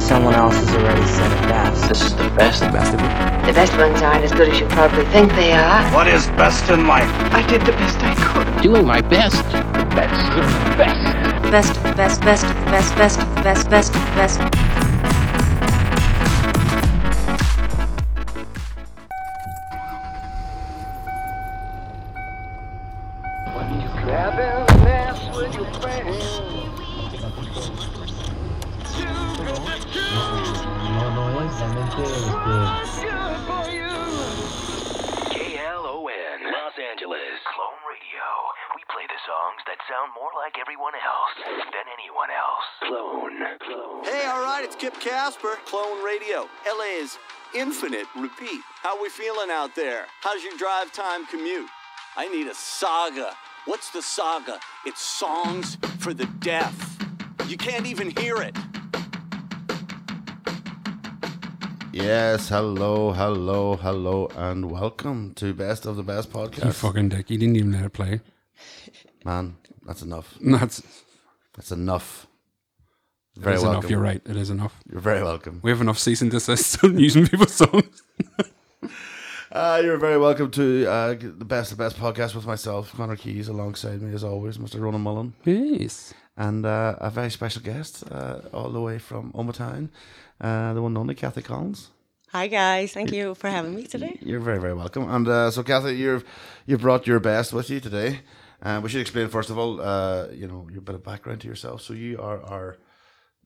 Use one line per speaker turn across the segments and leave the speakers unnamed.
someone else has already said it best.
This is the best. The best of it.
The best ones aren't as good as you probably think they are.
What is best in life?
I did the best I could.
Doing my best. The best. The best.
best, best, best, best, best, best, best, best.
KLON, Los Angeles. Clone Radio. We play the songs that sound more like everyone else than anyone else. Clone. Clone.
Hey, all right, it's Kip Casper, Clone Radio, LA's Infinite Repeat. How we feeling out there? How's your drive time commute? I need a saga. What's the saga? It's songs for the deaf. You can't even hear it.
Yes, hello, hello, hello, and welcome to Best of the Best podcast.
You fucking dick. You didn't even let it play.
Man, that's enough.
And That's
That's enough. Very
that's
welcome.
enough. You're right. It is enough.
You're very welcome.
We have enough cease and desist on using people's songs.
Uh, you're very welcome to uh, the Best of the Best podcast with myself, Connor Keys, alongside me as always, Mr. Ronan Mullen,
Yes.
and uh, a very special guest uh, all the way from Omatown, uh, the one and only Kathy Collins.
Hi guys, thank you for having me today.
You're very, very welcome. And uh, so, Kathy, you've you brought your best with you today. Uh, we should explain first of all, uh, you know, your bit of background to yourself. So you are are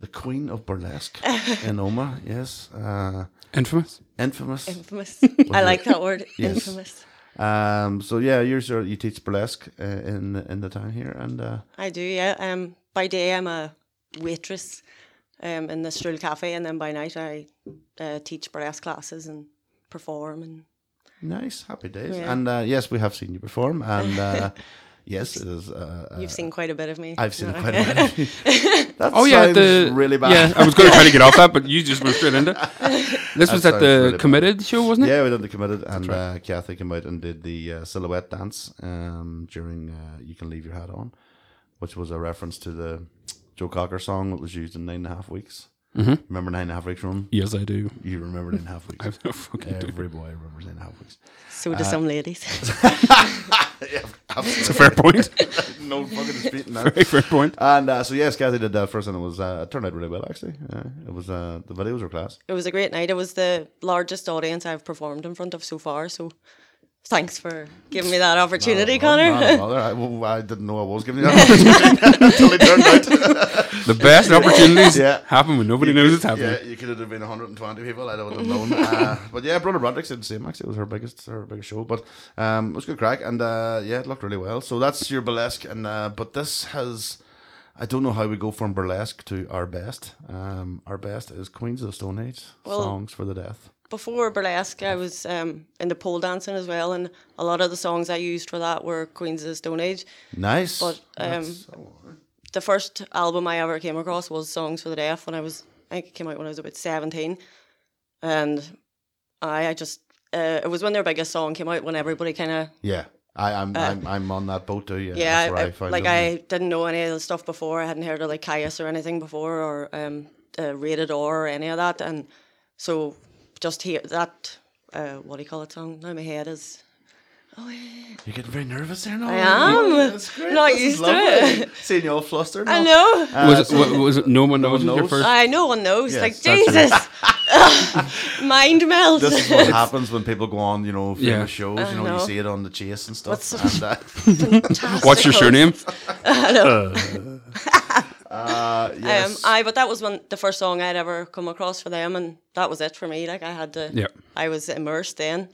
the queen of burlesque in Oma, yes, uh,
Infamous.
infamous.
Infamous. I like that word.
Yes.
Infamous.
um, so yeah, you're sort of- you teach burlesque uh, in in the town here, and uh,
I do, yeah. Um by day I'm a waitress um in the Strool Cafe and then by night I uh, teach burlesque classes and perform and
nice, happy days.
Yeah.
And uh, yes, we have seen you perform, and uh, yes, it is. Uh, uh,
you've seen quite a bit of me.
I've seen it
No.
quite a bit. that
Oh yeah,
sounds
the
really bad.
Yeah, I was going to try to get off that, but you just went straight into. it. This was
That
at
sounds really
the
bad.
committed show, wasn't it?
Yeah, we did the committed, and uh, Kathy came out and did the uh, silhouette dance um, during uh, "You Can Leave Your Hat On," which was a reference to the Joe Cocker song that was used in Nine and a Half Weeks. Mm-hmm. Remember Nine and a Half Weeks, Room?
Yes, I do.
You remember Nine and a Half Weeks?
I've no fucking idea.
Every boy remembers Nine and a Half Weeks.
So do
Uh,
some ladies.
It's a fair point.
No fucking dispute in
Very
that.
fair point.
And uh, so yes, Kathy did that first, and it was uh, it turned out really well actually. Uh, it was uh, the videos were class.
it was a great night. It was the largest audience I've performed in front of so far, so thanks for giving me that opportunity, Connor.
Not a bother. I, well, I didn't know I was giving you that opportunity until it turned out.
The best opportunities
Yeah.
happen when nobody knows it's happening.
Yeah, you could have been 120 people. I don't have known. uh, but yeah, Bruna Broderick did the same. Actually, it was her biggest, her biggest show. But um, it was good crack, and uh, yeah, it looked really well. So that's your burlesque, and uh, but this has, I don't know how we go from burlesque to our best. Um, our best is Queens of the Stone Age
Well-
songs for the death.
before burlesque, I was um, in the pole dancing as well, and a lot of the songs I used for that were Queens of the Stone Age.
Nice.
But um,
That's- oh,
the first album I ever came across was Songs for the Deaf when I was, I think it came out when I was about 17. And I, I just, uh, it was when their biggest song came out when everybody kind of,
yeah, I, I'm, I'm, I'm on that boat too. Yeah,
Uh, yeah,
that's
I-
where I,
I-
found
like
them.
I didn't know any of the stuff before. I hadn't heard of like Caius or anything before or um, uh, Rated R or any of that. And so just hear that, uh, what do you call it song? Now my head is
You're getting very nervous there now.
I am.
That's great.
Not
This is
used to
lovely. Seeing you all flustered.
I
now.
know.
Uh,
Was, it,
so-
wa- was it no one
No
knows
one
your
knows.
first?
I no one knows.
Yes,
like
that's
Jesus, mind melt.
this is what happens when people go on, you know, famous
Yeah.
shows. You know, you
know.
see it on the chase and stuff.
What's
and, uh,
What's your surname?
uh,
Um,
yes.
I but that was when the first song I'd ever come across for them, and that was it for me. Like I had to.
Yeah.
I was immersed then.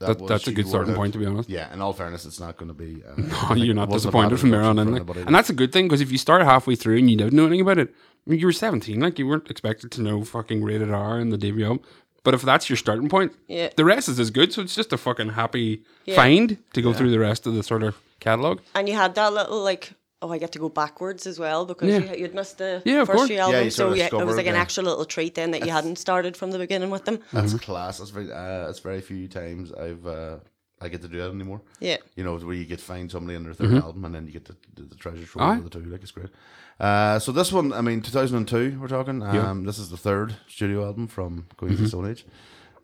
That,
was-
that's a
you
good
were
starting
out.
point, to be honest.
Yeah, in all fairness, it's not going to be. Uh,
Oh,
like,
you're
it
not
wasn't a
disappointed
bad
from there on in.
introduction
Like.
for anybody.
And that's a good thing because if you start halfway through and you don't know anything about it, I mean, you were 17, like you weren't expected to know fucking rated R and the DVO. But if that's your starting point,
Yeah.
the rest is as good. So it's just a fucking happy find to go through the rest of the sort of catalog.
And you had that little like, oh, I get to go backwards as well because
Yeah.
you, you'd missed the
Yeah, of
first
course.
few
Yeah,
you
albums.
sort
so
of
yeah, it was
discover,
like an
yeah.
extra little treat then that you hadn't started from the beginning with them.
That's class. That's very. Uh, it's very few times I've uh, I get to do that anymore.
Yeah.
You know, it's where you get to find somebody in their 3rd album and then you get to do the treasure trove
Aye.
of the two. Like, it's great. Uh, so this one, I mean, 2002, we're talking.
Yeah.
Um, This is the third studio album from Queens of the Stone Age.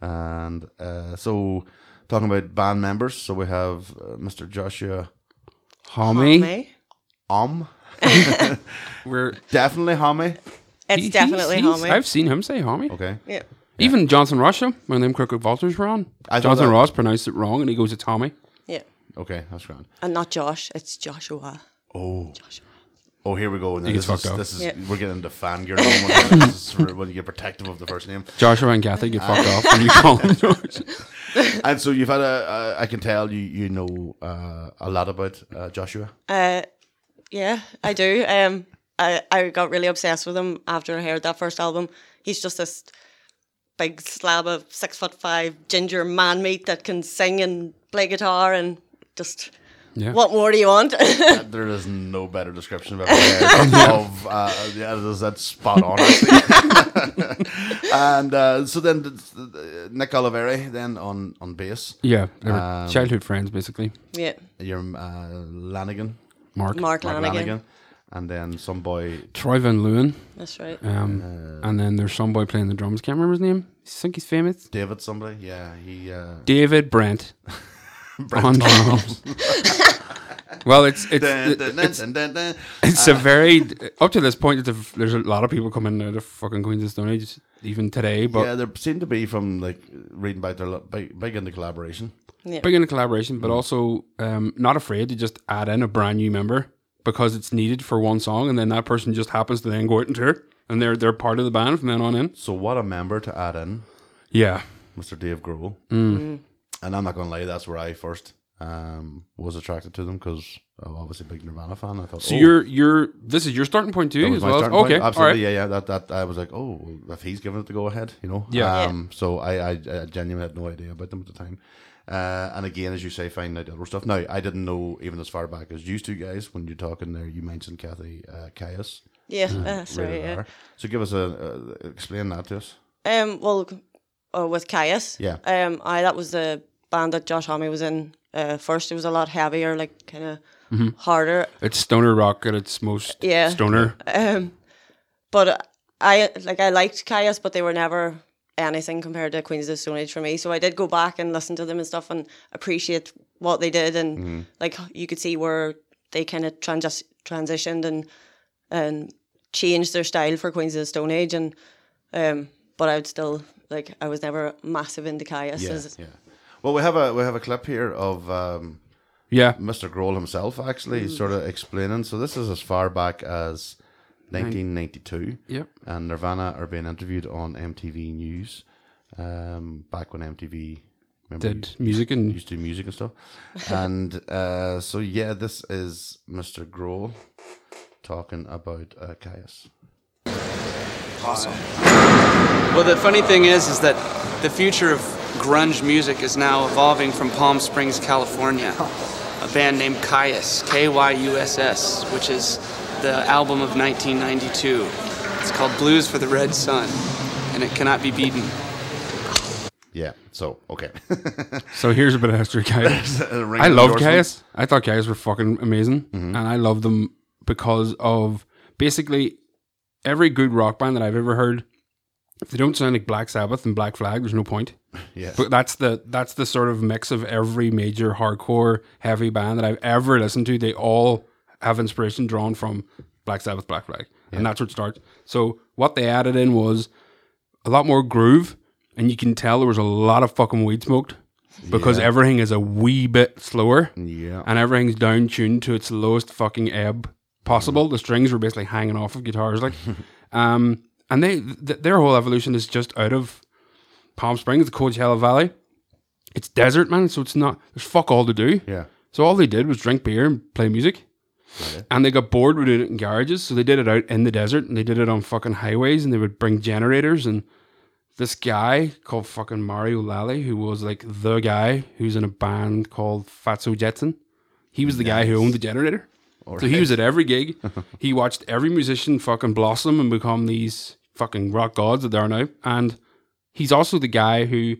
And uh, so, talking about band members, so we have uh, Mr. Joshua
Homie,
Homie.
Om.
we're
Definitely Homie.
It's
he-
definitely
he's- he's-
homie.
I've seen him say homie.
Okay.
yeah.
Even Johnson Russia, when them Crooked Vultures were on,
I thought
Johnson
that-
Ross pronounced it wrong, and he goes to Tommy.
Yeah.
Okay, that's grand.
And not Josh, it's Joshua.
Oh.
Joshua.
Oh, here we go. Now,
He gets
this is,
fucked up.
this is
Yeah.
we're getting into fangirl. moment. This is when you get protective of the first name.
Joshua and Kathy get fucked off when you call them George.
And so you've had a, a I can tell you you know uh, a lot about uh, Joshua.
Uh, yeah, I do. Um, I, I got really obsessed with him after I heard that first album. He's just this big slab of six foot five ginger man meat that can sing and play guitar and just.
Yeah.
What more do you want?
there is no better description of of uh, yeah, that's, that's spot on. actually. and uh, so then the, the, Nick Oliveri then on on bass,
Yeah, they were
Um,
childhood friends basically.
yeah,
your uh, Lanigan,
Mark,
Mark Lanigan.
and then some boy
Troy Van Leeuwen,
That's right.
um, and then there's some boy playing the drums. Can't remember his name. I think he's famous.
David somebody. Yeah, he uh,
David Brent, on drums. well, it's it's
dun,
it's,
dun,
it's,
dun, dun, dun. uh,
a very up to this point. It's a, there's a lot of people coming out of fucking Queens of Stone Age even today, but
yeah, there seem to be from like reading about their lo- big, big into collaboration.
big into collaboration,
Mm.
but also um, not afraid to just add in a brand new member because it's needed for one song, and then that person just happens to then go out and tour, and they're they're part of the band from then on in.
So what a member to add in,
Yeah,
Mr. Dave Grohl.
Mm.
And I'm not gonna lie, that's where I first um, was attracted to them because I'm obviously a big Nirvana fan. I thought,
so
oh,
you're you're this is your starting point
that
too
was
as
my
well.
starting
okay,
point.
all right.
absolutely, yeah, yeah. That that I was like, oh, well, if he's giving it the go ahead, you know,
Yeah.
Um, so I, I I genuinely had no idea about them at the time. Uh, and again, as you say, finding out other stuff. Now, I didn't know even as far back as you two guys when you're talking there. You mentioned Kathy uh, Caius.
Yeah, uh, that's right.
rated
Yeah.
R. So give us a uh, explain that to us.
Um, well, uh, with Caius.
Yeah.
Um, I that was the band that Josh Homme was in. Uh, first, it was a lot heavier, like kind of harder.
It's stoner rock at its most
Yeah.
stoner.
Um, but I like I liked Caius, but they were never anything compared to Queens of the Stone Age for me. So I did go back and listen to them and stuff and appreciate what they did and
Mm-hmm.
like you could see where they kind of transi- transitioned and and changed their style for Queens of the Stone Age and um, but I would still like I was never massive into Caius.
Yeah,
as-
yeah. Well, we have a we have a clip here of um,
Yeah,
Mr. Grohl himself actually
Mm.
sort of explaining. So this is as far back as 1992.
Yep.
And Nirvana are being interviewed on MTV News. Um, back when MTV remember,
did music and
used to do music and stuff. and uh, so yeah, this is Mr. Grohl talking about uh, Caius.
Well, the funny thing is, is that the future of grunge music is now evolving from Palm Springs, California. A band named Caius, K-Y-U-S-S, which is the album of 1992. It's called Blues for the Red Sun, and it cannot be beaten.
Yeah. So okay.
so here's a bit of history, guys.
I
I love Caius. I thought Caius were fucking amazing, and I love them because of basically every good rock band that I've ever heard. If they don't sound like Black Sabbath and Black Flag, there's no point.
Yes.
But that's the that's the sort of mix of every major hardcore heavy band that I've ever listened to. They all have inspiration drawn from Black Sabbath, Black Flag, and that's what starts. So what they added in was a lot more groove, and you can tell there was a lot of fucking weed smoked because everything is a wee bit slower
Yeah.
and everything's down tuned to its lowest fucking ebb possible. The strings were basically hanging off of guitars, like, um, and they th- their whole evolution is just out of Palm Springs, the Coachella Valley. It's desert, man, so it's not there's fuck all to do.
Yeah.
So all they did was drink beer and play music. And they got bored with doing it in garages, so they did it out in the desert and they did it on fucking highways and they would bring generators and this guy called fucking Mario Lally, who was like the guy who's in a band called Fatso Jetson. He was the guy who owned the generator. so he was at every gig. he watched every musician fucking blossom and become these fucking rock gods that they are now. And he's also the guy who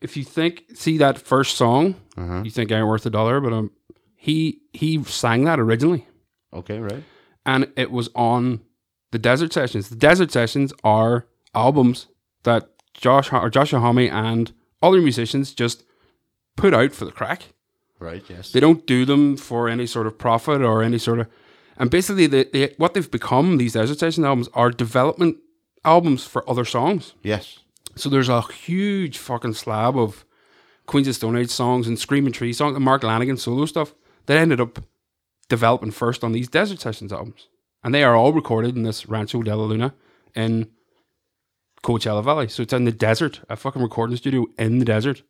if you think see that first song, you think I ain't worth a dollar, but um, he he sang that originally,
Okay, right.
and it was on the Desert Sessions. The Desert Sessions are albums that Josh or Joshua Homme and other musicians just put out for the crack.
Right, yes.
They don't do them for any sort of profit or any sort of. And basically, they, they, what they've become these Desert Session albums are development albums for other songs.
yes.
So there's a huge fucking slab of Queens of Stone Age songs and Screaming Tree songs and Mark Lanigan solo stuff that ended up developing first on these Desert Sessions albums. And they are all recorded in this Rancho de la Luna in Coachella Valley. So it's in the desert, a fucking recording studio in the desert.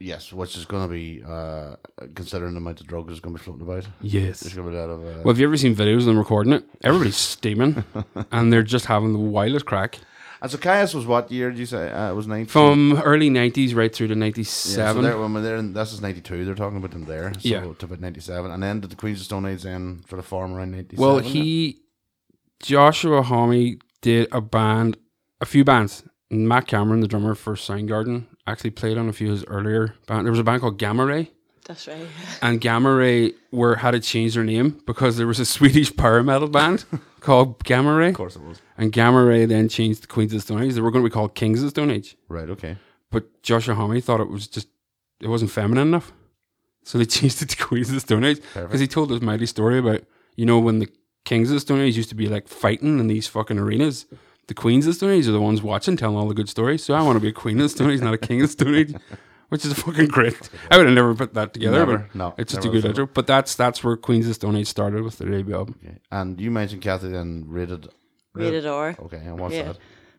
Yes, which is going to be, uh, considering the amount of drugs that's going to be floating about.
Yes.
There's going to be a lot of. Uh,
Well, have you ever seen videos of them recording it? Everybody's steaming and they're just having the wildest crack.
and so Caius was what year did you say? Uh, it was 90.
From early 90s right through to
Yeah,
97.
So they're, when they're in, this is 92. They're talking about them there. So
Yeah.
To about 97. And then did the Queens of Stone Age then sort of form around 97?
well,
then?
he, Joshua Homme, did a band, a few bands. Matt Cameron, the drummer for Soundgarden, actually played on a few of his earlier band. There was a band called Gamma Ray,
That's right.
and Gamma Ray were had to change their name because there was a Swedish power metal band called Gamma Ray. Of
Of course it was.
And Gamma Ray then changed the Queens of the Stone Age. They were going to be called Kings of the Stone Age.
Right, okay.
but Joshua Homme thought it was just it wasn't feminine enough, so they changed it to Queens of the Stone Age because he told this mighty story about you know when the Kings of the Stone Age used to be like fighting in these fucking arenas. The Queens of the Stone Age are the ones watching, telling all the good stories. So I want to be a Queen of the Stone Age, not a King of the Stone Age, which is fucking great. I would have never put that together,
Never.
but
No,
it's just a
never
good
would've
intro. But that's that's where Queens of the Stone Age started with their debut album.
okay. And you mentioned Kathy then rated.
Rated R.
Okay, and what's
Yeah.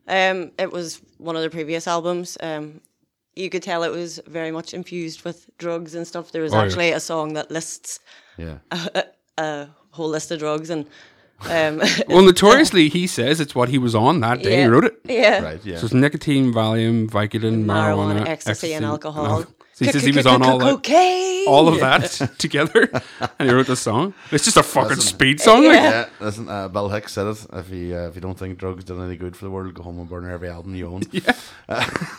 that?
Um, it was one of the previous albums. Um, you could tell it was very much infused with drugs and stuff. There was
Oh, yeah.
actually a song that lists
Yeah.
a whole list of drugs and um,
Well, notoriously, he says it's what he was on that day.
yeah.
He wrote it.
Yeah.
right, yeah.
So it's nicotine, Valium, Vicodin, marijuana,
Marijuana, ecstasy, and alcohol.
So he says he was on all that,
Cocaine.
all of that together, and he wrote the song. It's just a fucking speed song. like.
yeah, listen, uh, Bill Hicks said it. If you uh, if you don't think drugs did any good for the world, go home and burn every album you own.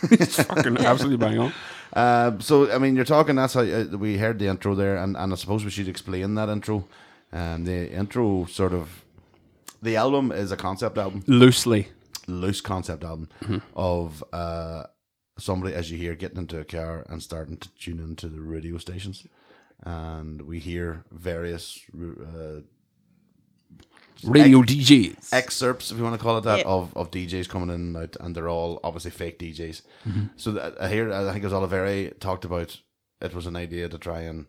It's fucking absolutely bang on.
Uh, so I mean, you're talking. That's how uh, we heard the intro there, and, and I suppose we should explain that intro. Um, the intro sort of the album is a concept album,
Loosely.
loose concept album of uh, somebody as you hear getting into a car and starting to tune into the radio stations, and we hear various uh,
Radio DJs.
excerpts, if you want to call it that,
Yeah.
of, of DJs coming in and out, and they're all obviously fake DJs.
Mm-hmm.
So that, I hear, I think it was Oliveri talked about it was an idea to try and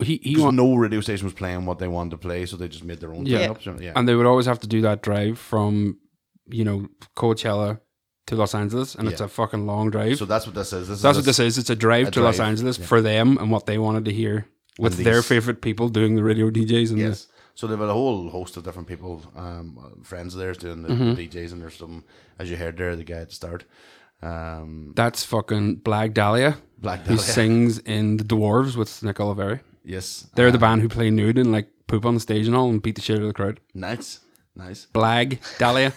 he, he
'cause
want,
no radio station was playing what they wanted to play, so they just made their own.
Yeah.
turn-ups, you know, yeah.
And they would always have to do that drive from, you know, Coachella to Los Angeles, and it's
Yeah.
a fucking long drive.
so that's what this is. This
That's
is
what this is. It's a drive
a
to Los
drive,
Angeles
yeah.
for them and what they wanted to hear with
And
their
these-
favorite people doing the radio DJs and
Yes. So they've had a whole host of different people, um, friends of theirs doing the
Mm-hmm.
DJs, and there's some, as you heard there, the guy at the start, um,
That's fucking Black Dahlia.
Black
Who
Dahlia.
sings in The Dwarves with Nick Oliveri.
yes,
They're the band who play nude and like poop on the stage and all and beat the shit out of the crowd.
nice, nice.
Blag Dahlia.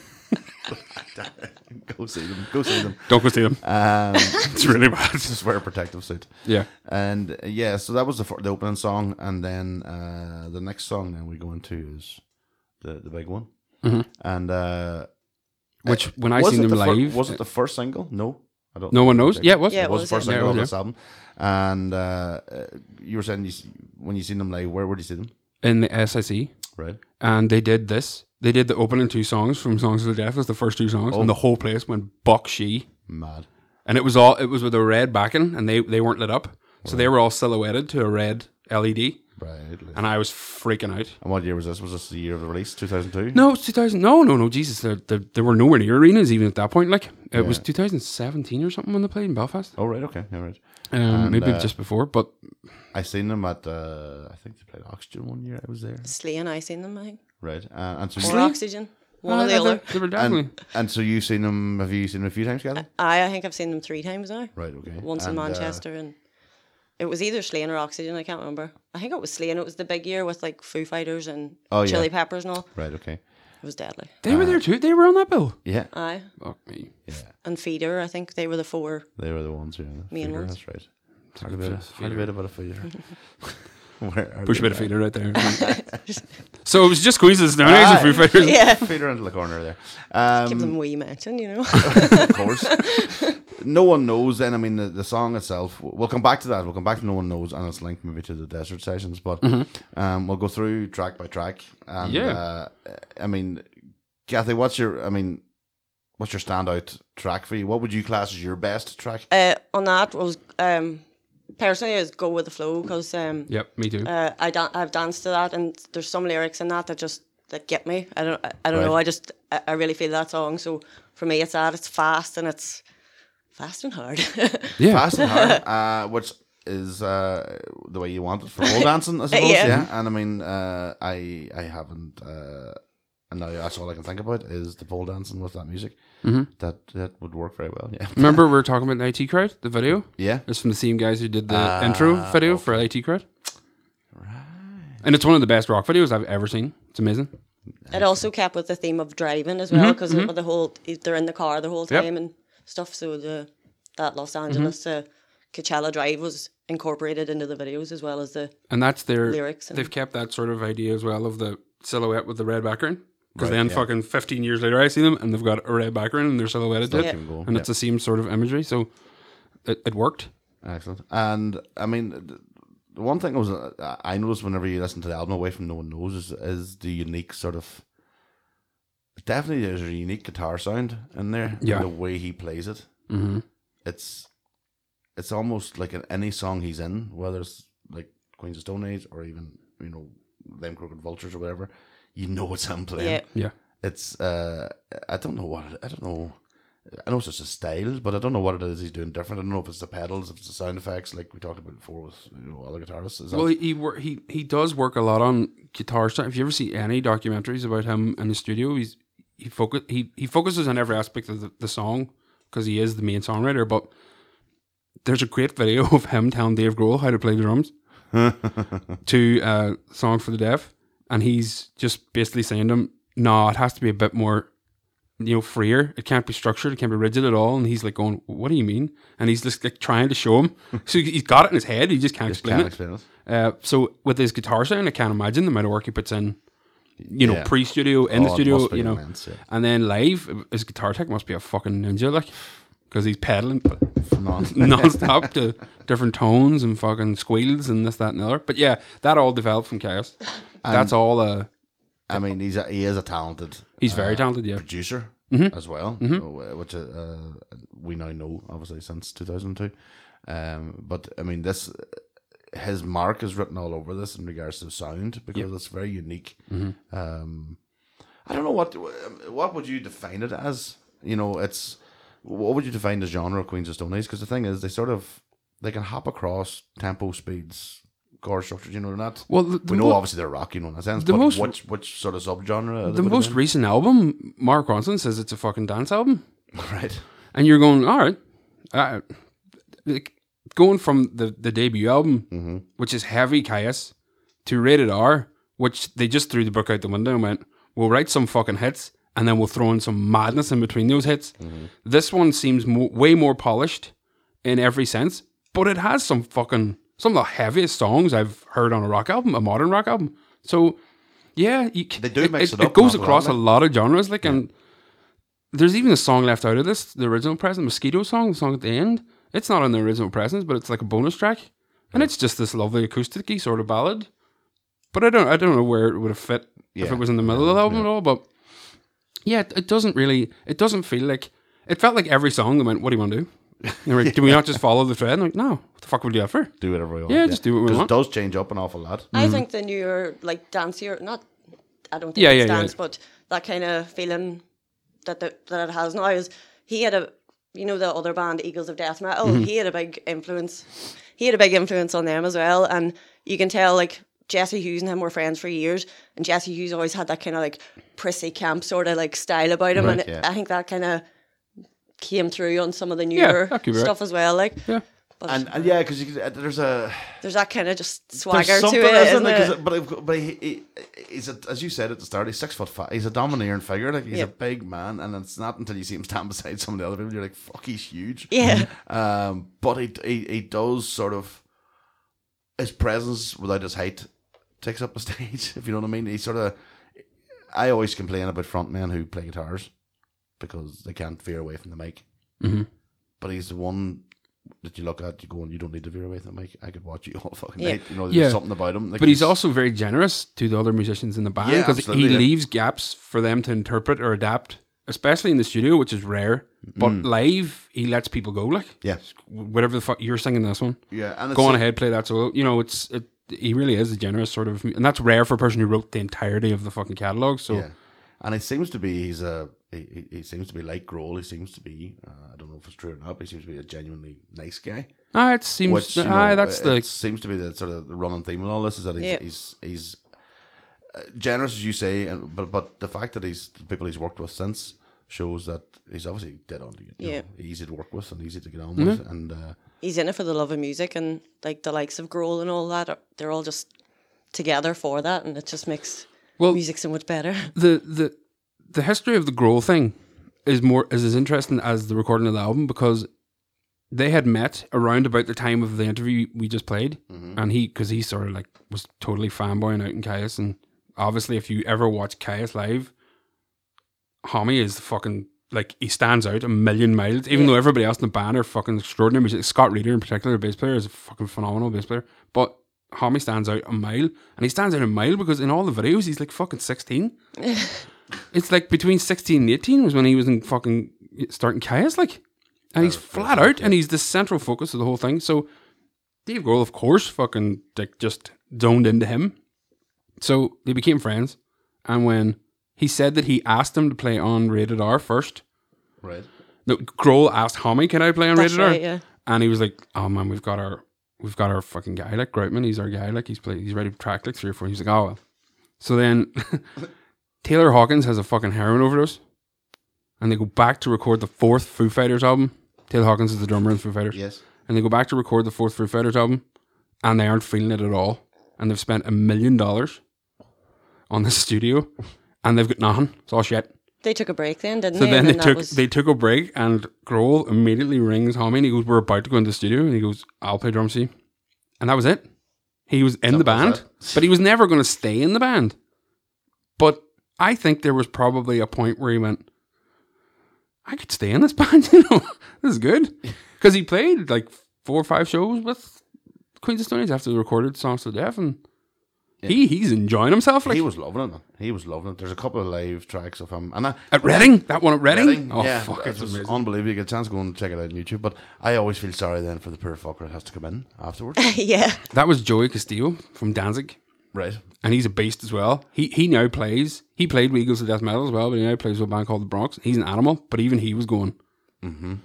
Go see them. Go see them.
Don't go see them.
Um,
It's really bad.
just wear a protective suit.
Yeah.
And uh, yeah, so that was the, fir- the opening song, and then uh, the next song then we go into is the the big one. And uh,
Mm-hmm. Which when I
was
seen
it
them
the fir-
live, uh,
was it the first single? No, I don't.
no one knows. Yeah, it was.
Yeah,
it was the first
yeah.
single
Yeah,
of
it was,
this album. And uh, uh, you were saying you, s- when you seen them live, where where did you see them?
In the SIC.
Right.
And they did this. They did the opening two songs from Songs of the Deaf was the first two songs. And the whole place went buck she.
Mad.
And it was all it was with a red backing and they, they weren't lit up. So they were all silhouetted to a red LED.
Right. And,
And I was freaking out.
what year was this? Was this the year of the release? Two thousand two.
No, it's 2000. No, no, no. Jesus, there, there, there were nowhere near arenas even at that point. Like it was 2017 or something when they played in Belfast.
Oh right. Okay. All right.
Um, maybe just before, but
I seen them at uh, I think they played Oxygen one year. I was there.
Slee and I seen them, I think.
Right. Uh, and so
Or
you-
Oxygen. One
No,
or
they-
the other.
they were definitely.
And, and so you've seen them? Have you seen them a few times, Kathy?
I, I think I've seen them three times now.
Right. Okay.
Once in
And, uh,
Manchester and it was either Slain or Oxygen, I can't remember. I think it was Slain. It was the big year with like Foo Fighters and
Oh, yeah.
Chili Peppers and all.
right. Okay.
It was deadly.
They were there too. They were on that bill.
Yeah.
Aye.
uh, Fuck me.
And Feeder, I think they were the four.
They were the ones who the
Me
feeder,
and Walt.
That's right. Talk about, it- talk about a feeder. Where are
Push a
they
bit of
now?
feeder right there. so it was just Queens now. Aye.
Aye.
And Foo Fighters.
Yeah.
Feeder into the corner there.
Give
Um,
them wee mention, you know.
of course. no one knows. Then I mean, the, the song itself. We'll come back to that. We'll come back to no one knows, and it's linked maybe to the desert sessions. But um, we'll go through track by track. And,
Yeah.
Uh, I mean, Kathy, what's your? I mean, what's your standout track for you? What would you class as your best track?
uh, on that was um, personally is go with the flow because um,
Yep, me too.
uh, I dan- I've danced to that and there's some lyrics in that that just that get me. I don't I, I don't know.
Right.
I just I, I really feel that song. So for me, it's that. It's fast and it's fast and hard.
yeah.
Fast and Hard, uh, which is uh, the way you want it for pole dancing, I suppose. yeah.
Yeah.
and I mean, uh, I I haven't, uh, and now that's all I can think about is the pole dancing with that music. That that would work very well. Yeah,
Remember we were talking about the IT crowd, the video?
yeah.
It's from the same guys who did the intro video for IT crowd. Ah, Right. And it's one of the best rock videos I've ever seen. It's amazing.
it also kept with the theme of driving as well because the whole they're in the car the whole
Yep.
time and stuff. So the that Los Angeles to Coachella Drive was incorporated into the videos as well as the
And that's their
Lyrics and-
They've kept that sort of idea as well of the silhouette with the red background. Because then, fucking 15 years later, I see them and they've got a red background and they're silhouetted to it.
fucking cool.
And it's the same sort of imagery. So it, it worked.
Excellent. And I mean, th- the one thing I was uh, I noticed whenever you listen to the album away from No One Knows is, is the unique sort of. Definitely, there's a unique guitar sound in there. and
Yeah.
the way he plays it,
Mm-hmm.
it's it's almost like in any song he's in, whether it's like Queens of Stone Age or even you know them Crooked Vultures or whatever, you know it's him playing.
yeah.
Yeah.
It's uh, I don't know what it, I don't know. I know it's just a style, but I don't know what it is he's doing different. I don't know if it's the pedals, if it's the sound effects, like we talked about before with you know other guitarists. Is that,
Well, he he, wor- he he does work a lot on guitar stuff. If you ever see any documentaries about him in the studio, he's he focus he, he focuses on every aspect of the, the song because he is the main songwriter. But there's a great video of him telling Dave Grohl how to play the drums to uh, "Song for the Deaf," and he's just basically saying to him, "No, it has to be a bit more." You know, freer. It can't be structured. It can't be rigid at all. And he's like going, "What do you mean?" And he's just like trying to show him. So he's got it in his head. He just can't
just
explain it.
can't explain it.
Uh, so with his guitar sound, I can't imagine the amount of work he puts in. You know,
Yeah.
pre-studio, in
Oh,
the
it
studio,
must be
you know,
immense, yeah.
and then live. His guitar tech must be a fucking ninja, like, because he's pedaling
Non-
non-stop to different tones and fucking squeals and this, that, and the other. But yeah, that all developed from chaos. That's all. Uh,
I mean, he's a, he is a talented
he's very talented. Yeah,
uh,
Mm-hmm.
producer as well, uh, which uh, we now know obviously since 2002. Um, but I mean, this his mark is written all over this in regards to sound because it's very unique.
Mm-hmm.
Um, I don't know what what would you define it as. You know, it's what would you define the genre of Queens of Stone Age? Because the thing is, they sort of they can hop across tempo, speeds, chord structures. You know, they're not.
Well, the- the
we know
mo-
obviously they're rock, you know, in a sense.
the
but
most-
which which sort of subgenre?
the most
re-
recent album, Mark Ronson says it's a fucking dance album.
right.
and you're going, all right, uh, like, going from the the debut album,
Mm-hmm.
which is heavy chaos, to rated R, which they just threw the book out the window and went, we'll write some fucking hits and then we'll throw in some madness in between those hits.
Mm-hmm.
This one seems mo- way more polished in every sense, but it has some fucking some of the heaviest songs I've heard on a rock album, a modern rock album. So yeah, you, c-
They do mix it up
goes
an awful lot,
across a
like.
lot of genres, like and there's even a song left out of this, the original present mosquito song, the song at the end. It's not on the original presence, but it's like a bonus track, and it's just this lovely acousticy sort of ballad. But I don't, I don't know where it would have fit if
Yeah.
it was in the middle of the album at all. But yeah, it, it doesn't really, it doesn't feel like it felt like every song they went, "What do you want to do?" And they were like, "Do we not just follow the thread?" And I'm like, no, what the fuck would you that for?
do whatever we want.
Yeah, just do what we
'Cause
want.
It does change up an awful lot.
I think the newer, like dancier, not I don't think
Mm. Yeah, yeah,
it's
yeah.
dance, but that kind of feeling that the, that it has now is he had a you know the other band Eagles of Death Metal.
Mm-hmm.
He had a big influence. He had a big influence on them as well, and you can tell like Jesse Hughes and him were friends for years, and Jesse Hughes always had that kind of like prissy camp sort of like style about him, and
yeah.
I think that kind of came through on some of the
Yeah,
newer
that could be right.
stuff as well. Like
Yeah.
But
and, and yeah, because there's a
there's that kind of just
there's
swagger to it.
something,
Isn't
there? 'Cause
it?
it- But I've got- but he, he, he's a, as you said at the start, he's six foot five. He's a domineering figure. Like he's a
Yep.
big man, and it's not until you see him stand beside some of the other people, you're like, "Fuck, he's huge."
Yeah.
Um, but he, he he does sort of his presence without his height takes up the stage. If you know what I mean, he sort of. I always complain about front men who play guitars because they can't veer away from the mic.
Mm-hmm.
But he's the one that you look at, you go, and you don't need to veer away from the mic. I could watch you all fucking
Yeah.
night. You know, there's
Yeah.
something about him. Like,
But he's also very generous to the other musicians in the band
Yeah,
because he
absolutely, yeah.
leaves gaps for them to interpret or adapt, especially in the studio, which is rare. But
Mm.
live, he lets people go. Like,
Yeah.
whatever the fuck you're singing this one,
Yeah, and it's
go on
a-
ahead, play that solo. You know, it's it, he really is a generous sort of, and that's rare for a person who wrote the entirety of the fucking catalog. So,
Yeah, and it seems to be he's a he, he- he seems to be like Grohl. He seems to be uh, I don't know if it's true or not, but he seems to be a genuinely nice guy.
ah, it seems
Which you know, uh,
ah, that's
it
the
seems to be the sort of the running theme in all this is that he's
Yeah.
he's, he's uh, generous as you say, and but but the fact that he's the people he's worked with since shows that he's obviously dead on to you. you
Yeah.
know, easy to work with and easy to get on with, and uh,
He's in it for the love of music and like the likes of Grohl and all that. Are, they're all just together for that, and it just makes
Well-
music so much better.
the the the history of the Grohl thing is more is as interesting as the recording of the album because they had met around about the time of the interview we just played, and he because he sort of like was totally fanboying out in Caius, and obviously if you ever watch Caius live, Homie is fucking like he stands out a million miles, even though everybody else in the band are fucking extraordinary. music- Scott Reeder in particular, the bass player, is a fucking phenomenal bass player, but. Homie stands out a mile, and he stands out a mile because in all the videos he's like fucking sixteen. It's like between 16 and 18 was when he was in fucking starting chaos, like, and he's flat out, and he's the central focus of the whole thing. So, Dave Grohl, of course, fucking like just zoned into him. So they became friends, and when he said that he asked him to play on Rated R first,
right.
no, Grohl asked Homie, "Can I play on
That's
Rated R?"
right, yeah.
And he was like, "Oh man, we've got our we've got our fucking guy like Groutman. He's our guy. Like he's played. He's ready to track like three or four. He's like, oh well." So then Taylor Hawkins has a fucking heroin overdose, and they go back to record the fourth Foo Fighters album. Taylor Hawkins is the drummer in Foo Fighters.
Yes.
And they go back to record the fourth Foo Fighters album, and they aren't feeling it at all. And they've spent a million dollars on the studio, and they've got nothing. It's all shit.
They took a break then, didn't
So
they?
then
And
they
that
took
was-
they took a break, and Grohl immediately rings Homie, and he goes, "We're about to go into the studio," and he goes, "I'll play drum C," and that was it. He was in the
Simple as
band, but he was never going to stay in the band. But I think there was probably a point where he went, "I could stay in this band, you know, this is good," because he played like four or five shows with Queens of Stone Age after they recorded "Songs to Death," and he he's enjoying himself. Like
he was loving it. man. He was loving it. There's a couple of live tracks of him, and I,
at Reading, that one at Reading.
Reading?
Oh
yeah,
fuck,
it's
it's amazing.
unbelievable. You get a chance to go and check it out on YouTube. But I always feel sorry then for the poor fucker that has to come in afterwards.
yeah,
That was Joey Castillo from Danzig.
right.
and he's a beast as well. He he now plays. He played with Eagles of Death Metal as well, but he now plays with a band called the Bronx. He's an animal, but even he was going. Mm-hmm.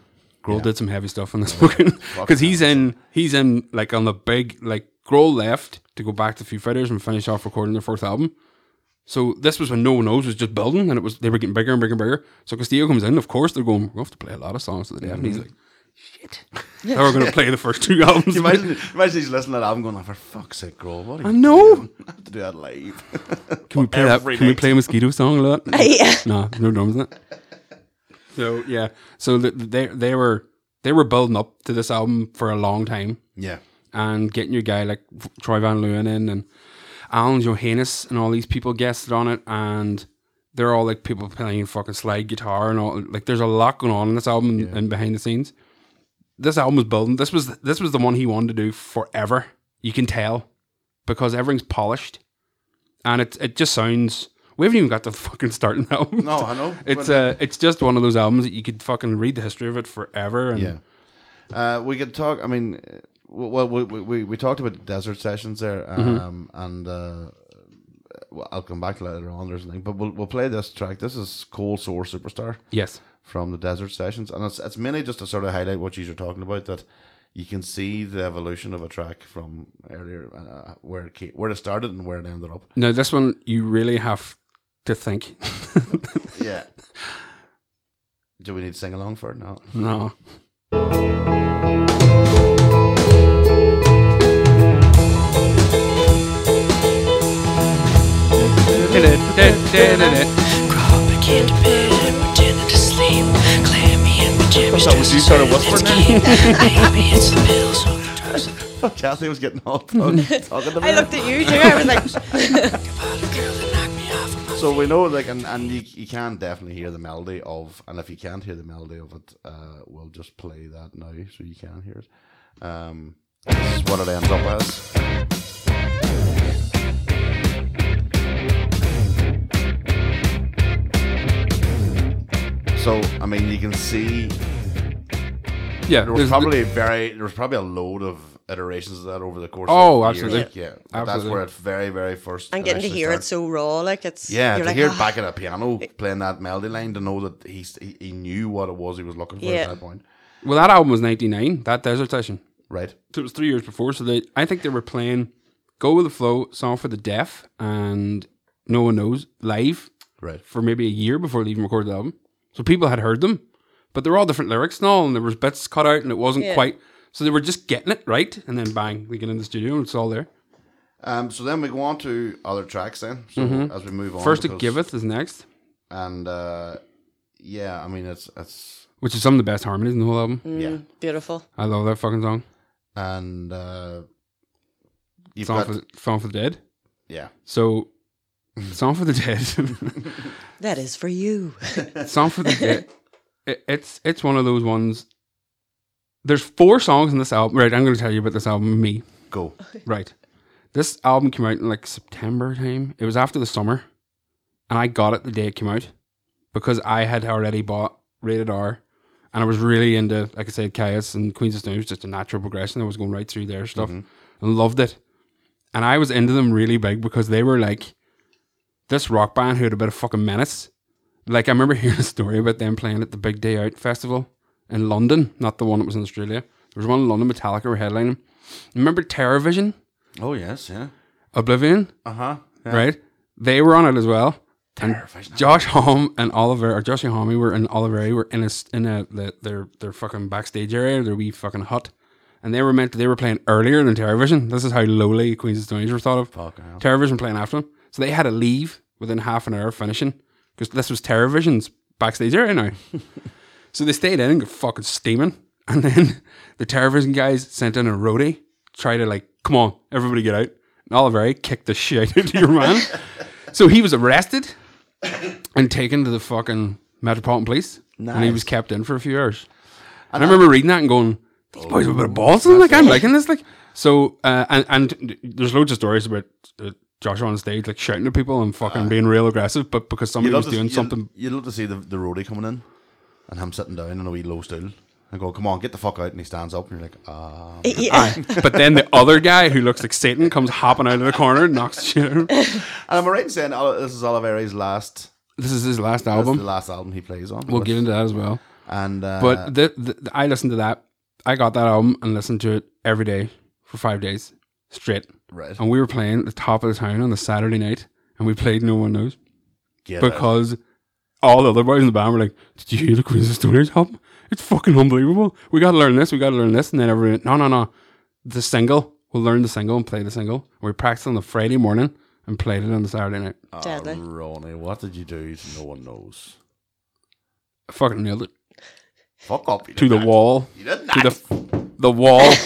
Grohl did some heavy stuff on this fucking because he's in he's in like on the big like Grohl left to go back to Foo Fighters and finish off recording their fourth album. So this was when No One Knows was just building, and it was they were getting bigger and bigger and bigger. So Castillo comes in. Of course, they're going. We have to play a lot of songs to the death, and he's like, "Shit, now we're going to play the first two albums."
Imagine, imagine he's listening to that album going, oh, for fuck's sake, Grohl, what are you
I know.
doing? I have to do that live.
Can we play that?
every
Can we
night.
play a mosquito song a lot?
yeah.
no, no drums in it. So yeah, so th- they they were they were building up to this album for a long time,
yeah.
and getting your guy like Troy Van Leeuwen in and Alan Johannes and all these people guested on it, and they're all like people playing fucking slide guitar and all. Like there's a lot going on in this album and behind the scenes. This album was building. This was this was the one he wanted to do forever. You can tell because everything's polished, and it it just sounds. We haven't even got to fucking start an album.
No, I know.
It's
But,
uh, it's just one of those albums that you could fucking read the history of it forever. And
yeah. Uh, we could talk, I mean, uh, well, we, we, we, we talked about desert sessions there, um, and uh, well, I'll come back to that later on or something, but we'll, we'll play this track. This is Cold Sore Superstar.
yes,
from the desert sessions, and it's it's mainly just to sort of highlight what you are talking about that you can see the evolution of a track from earlier uh, where it came, where it started and where it ended up.
no, this one you really have to think.
Yeah. Do we need to sing along for it? No.
no,
Crawl back into bed and pretend that to sleep. Clammy and pajamas.
What's up with you? Started whispering
I me hits the pills.
Kathy was getting all talking to me.
I looked at you too. I was like,
So we know, like, and, and you, you can definitely hear the melody of, and if you can't hear the melody of it, uh, we'll just play that now so you can hear it. Um, this is what it ends up as. So I mean, you can see
Yeah,
there was
there's
probably very there was probably a load of iterations of that over the course.
Oh,
of
absolutely.
years. yeah. But That's
Absolutely.
where it very, very first.
I'm getting to
initially
hear
started.
it so raw, like it's
Yeah,
you're
to
like,
hear
"Ah."
it back at a piano playing that melody line to know that he he, he knew what it was he was looking for
Yeah.
at that point.
well, that album was '99. That Desert Session.
Right.
So it was three years before. So they, I think they were playing "Go with the Flow" song for the deaf, and no one knows live
Right.
for maybe a year before they even recorded the album. So people had heard them, but they were all different lyrics and all, and there was bits cut out, and it wasn't
Yeah.
quite. So they were just getting it right, and then bang, we get in the studio, and it's all there.
Um so then we go on to other tracks then. So as we move on
First, it
because-
giveth is next,
and uh yeah, I mean it's it's
which is some of the best harmonies in the whole album.
Mm.
yeah.
beautiful.
I love that fucking song.
And uh you've
Song
got
for, song for the dead.
yeah.
So, Song for the Dead.
That is for you.
Song for the Dead. It, it's it's one of those ones. There's four songs in this album. Right, I'm going to tell you about this album. Me.
Go.
Right. This album came out in like September time. It was after the summer, and I got it the day it came out because I had already bought Rated R, and I was really into, like I said, Caius and Queens of Stone. It was just a natural progression. I was going right through their stuff and loved it. And I was into them really big because they were like this rock band who had a bit of fucking menace. Like I remember hearing a story about them playing at the Big Day Out festival in London, not the one that was in Australia. There was one in London, Metallica were headlining. Remember TerrorVision,
Oh yes, yeah.
Oblivion,
Uh huh.
right? They were on it as well. And Josh Hom and Oliver, or Josh and Homie were in Oliveri were in a s- in a the, their their fucking backstage area, their wee fucking hut, and they were meant to, they were playing earlier than Terrorvision. This is how lowly Queens of Stone Age were thought of.
Fucking hell.
Terrorvision playing after them, so they had to leave within half an hour of finishing because this was Terrorvision's backstage area now. so they stayed in and got fucking steaming, and then the Terrorvision guys sent in a roadie, try to like, come on, everybody get out. And Oliveri kicked the shit into your man. So he was arrested and taken to the fucking Metropolitan Police, and he was kept in for a few hours. And I remember reading that and going, "These boys have a bit
Oh,
of balls." in them, Like I'm liking this. Like so, uh, and and there's loads of stories about uh, Joshua on stage, like shouting at people and fucking being real aggressive, but because
Uh, You
somebody
love
was
to,
doing
you-
something.
You'd love to see the, the roadie coming in and him sitting down on a wee low stool and go, Come on, get the fuck out and he stands up and you're like, ah
yeah.
Aye. but then the other guy who looks like Satan comes hopping out of the corner and knocks the shit out of him.
And am I right in saying Oli- this is Oliveri's last
This is his last
this is
album.
the last album he plays on?
we'll
with-
get into that as well.
and uh,
But the, the, the- I listened to that. I got that album and listened to it every day for five days straight.
right,
And we were playing at the top of the town on the Saturday night, and we played No One Knows
get out.
because all the other boys in the band were like, "Did you hear the Queens of Stone Age album? It's fucking unbelievable. We got to learn this. We got to learn this." And then everyone, went, "No, no, no, the single. We'll learn the single and play the single." We practiced on the Friday morning and played it on the Saturday night.
Deadly.
Ah, Ronnie, what did you do? to No one knows.
fucking nailed it
Fuck up you
to
did
the
that.
wall.
You did
to
that.
the the wall.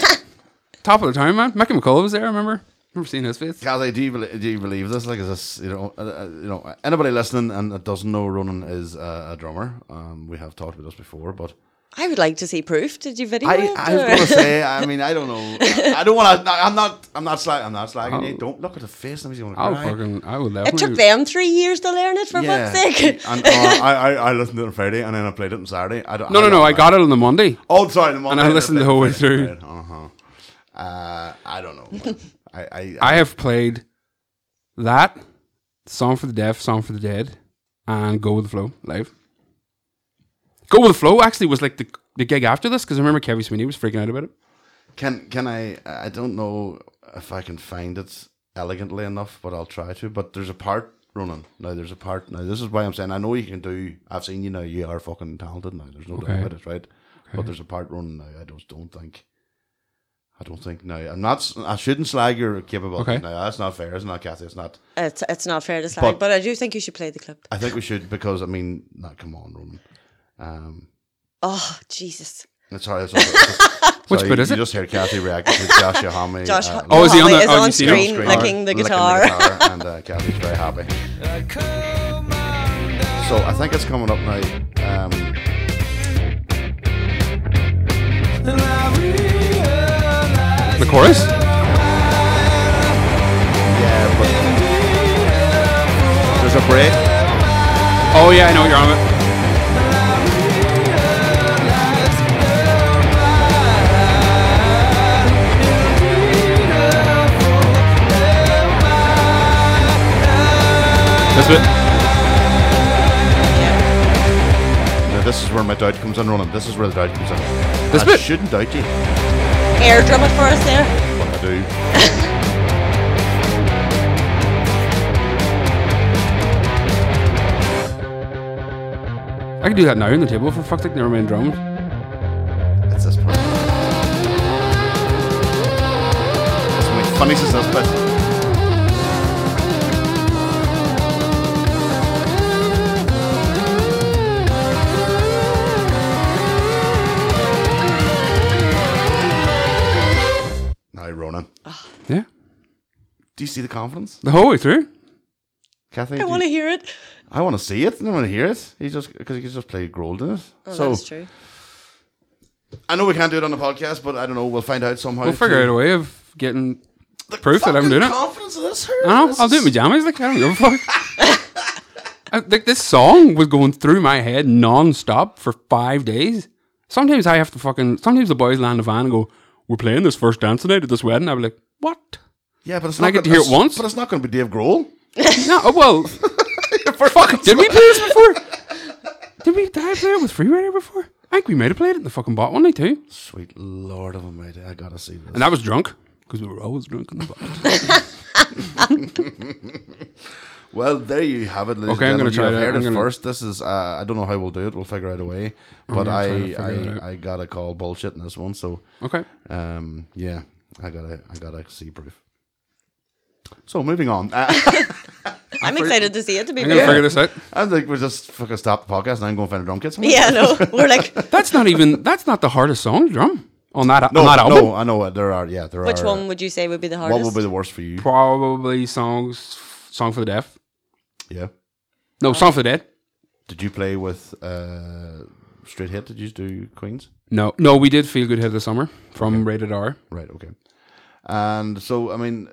Top of the town, man. Mickey McCullough was there. I remember. Remember seeing his face.
Kathy, do you, believe, do you believe this? Like, is this you know, uh, uh, you know, anybody listening and that doesn't know Ronan is uh, a drummer? Um, we have talked about this before, but
I would like to see proof. Did you video
I,
it?
I was
or-
gonna say, I mean, I don't know. I, I don't want to. I'm not. I'm not slagging. I'm not slagging you. Don't look at the face. Let me see. Gonna
I'll
cry.
Oh. fucking. I would
it
definitely.
took them three years to learn it. For
Yeah.
fuck's sake.
And, uh, I, I I listened to it on Friday and then I played it on Saturday. I don't.
No, no,
don't
no. I
know.
got it on the Monday.
Oh, sorry. The Monday
I listened the whole way through.
Uh huh. Uh, I don't know. I, I, I
I have played that song for the deaf, song for the dead, and go with the flow live. Go with the flow actually was like the the gig after this because I remember Kevin Sweeney was freaking out about it.
can can I? I don't know if I can find it elegantly enough, but I'll try to. But there's a part running now. There's a part now. This is why I'm saying I know you can do. I've seen you now. You are fucking talented now. There's no doubt
Okay.
about it, right? But there's a part running now. I just don't think I don't think no. I'm not. s- I shouldn't slag your capability.
Okay.
No, that's not fair, isn't it, Kathy? It's not.
It's it's not fair to slide,
But-
but, I do think you should play the clip.
I think we should because I mean, not come on, Roman. Um,
Oh Jesus!
that's how it's all.
Which
sorry,
bit is
you
it?
Just heard Kathy react to Josh Yohami.
Josh
uh,
Oh, is he on Yohami the- is oh, on
on
you see him? screen licking the guitar.
guitar, and uh, Kathy's very happy. So I think it's coming up now. Um,
The chorus?
yeah, but there's a break.
Oh yeah, I know what you're on about. This bit.
Now, this is where my doubt comes in, Ronan. This is where the doubt comes in.
This
I
bit?
shouldn't doubt you,
Air drum it for us there.
but I do.
I can do that now on the table for fuck's sake. Never mind drums.
It's this part. It's my funny as this bit. Now, Ronan,
Yeah,
do you see the confidence?
the whole way through.
Kathy, do
I
you-
want to hear it.
I want to see it. I don't want to hear it. He just because he could just play Grold in it.
Oh,
so
that's true.
I know we can't do it on the podcast, but I don't know. We'll find out somehow.
We'll figure out a way of getting proof that I'm doing it.
Confidence of this hurt.
I know. I'll do it in my jammies. Like I don't give a fuck. I, like this song was going through my head non-stop for five days. Sometimes I have to fucking. Sometimes the boys land the van and go, "We're playing this first dance tonight at this wedding." I'll be like, "What?
Yeah, but it's
And I
not
get to
gonna-
hear it once.
But it's not going to be Dave Grohl.
no, oh, well, fuck. Did we play this before? Did we? Did I play it with Freerider before? I think we might have played it in the fucking bot one night too,
Sweet Lord of Almighty, I gotta see this.
and I was drunk because we were always drunk in the bot.
Well, there you have it. Ladies
Okay, I'm
and
gonna try
gentlemen. You have
that.
heard
I'm
it
gonna-
first. This is uh, I don't know how we'll do it. We'll figure out a way.
gonna
But
try to
I
figure it out.
I, I gotta call bullshit in this one. So
Okay.
um yeah, I gotta I gotta see proof. So moving on. Uh,
I'm excited to see it. To be
I'm gonna
fair.
figure this out.
I think we'll just fucking stop the podcast and I'm going to find a drum kit. somewhere.
Yeah, no, we're like,
That's not even. That's not the hardest song to drum on that
No,
on that album.
no, I know uh, there are. Yeah, there
which
are. uh,
one would you say would be the hardest?
What will be the worst for you?
probably songs song for the deaf
Yeah.
no song for the dead
Did you play with uh, Straight Hit? Did you do Queens?
no no we did feel good here this summer from rated r
Right. Okay. And so, I mean,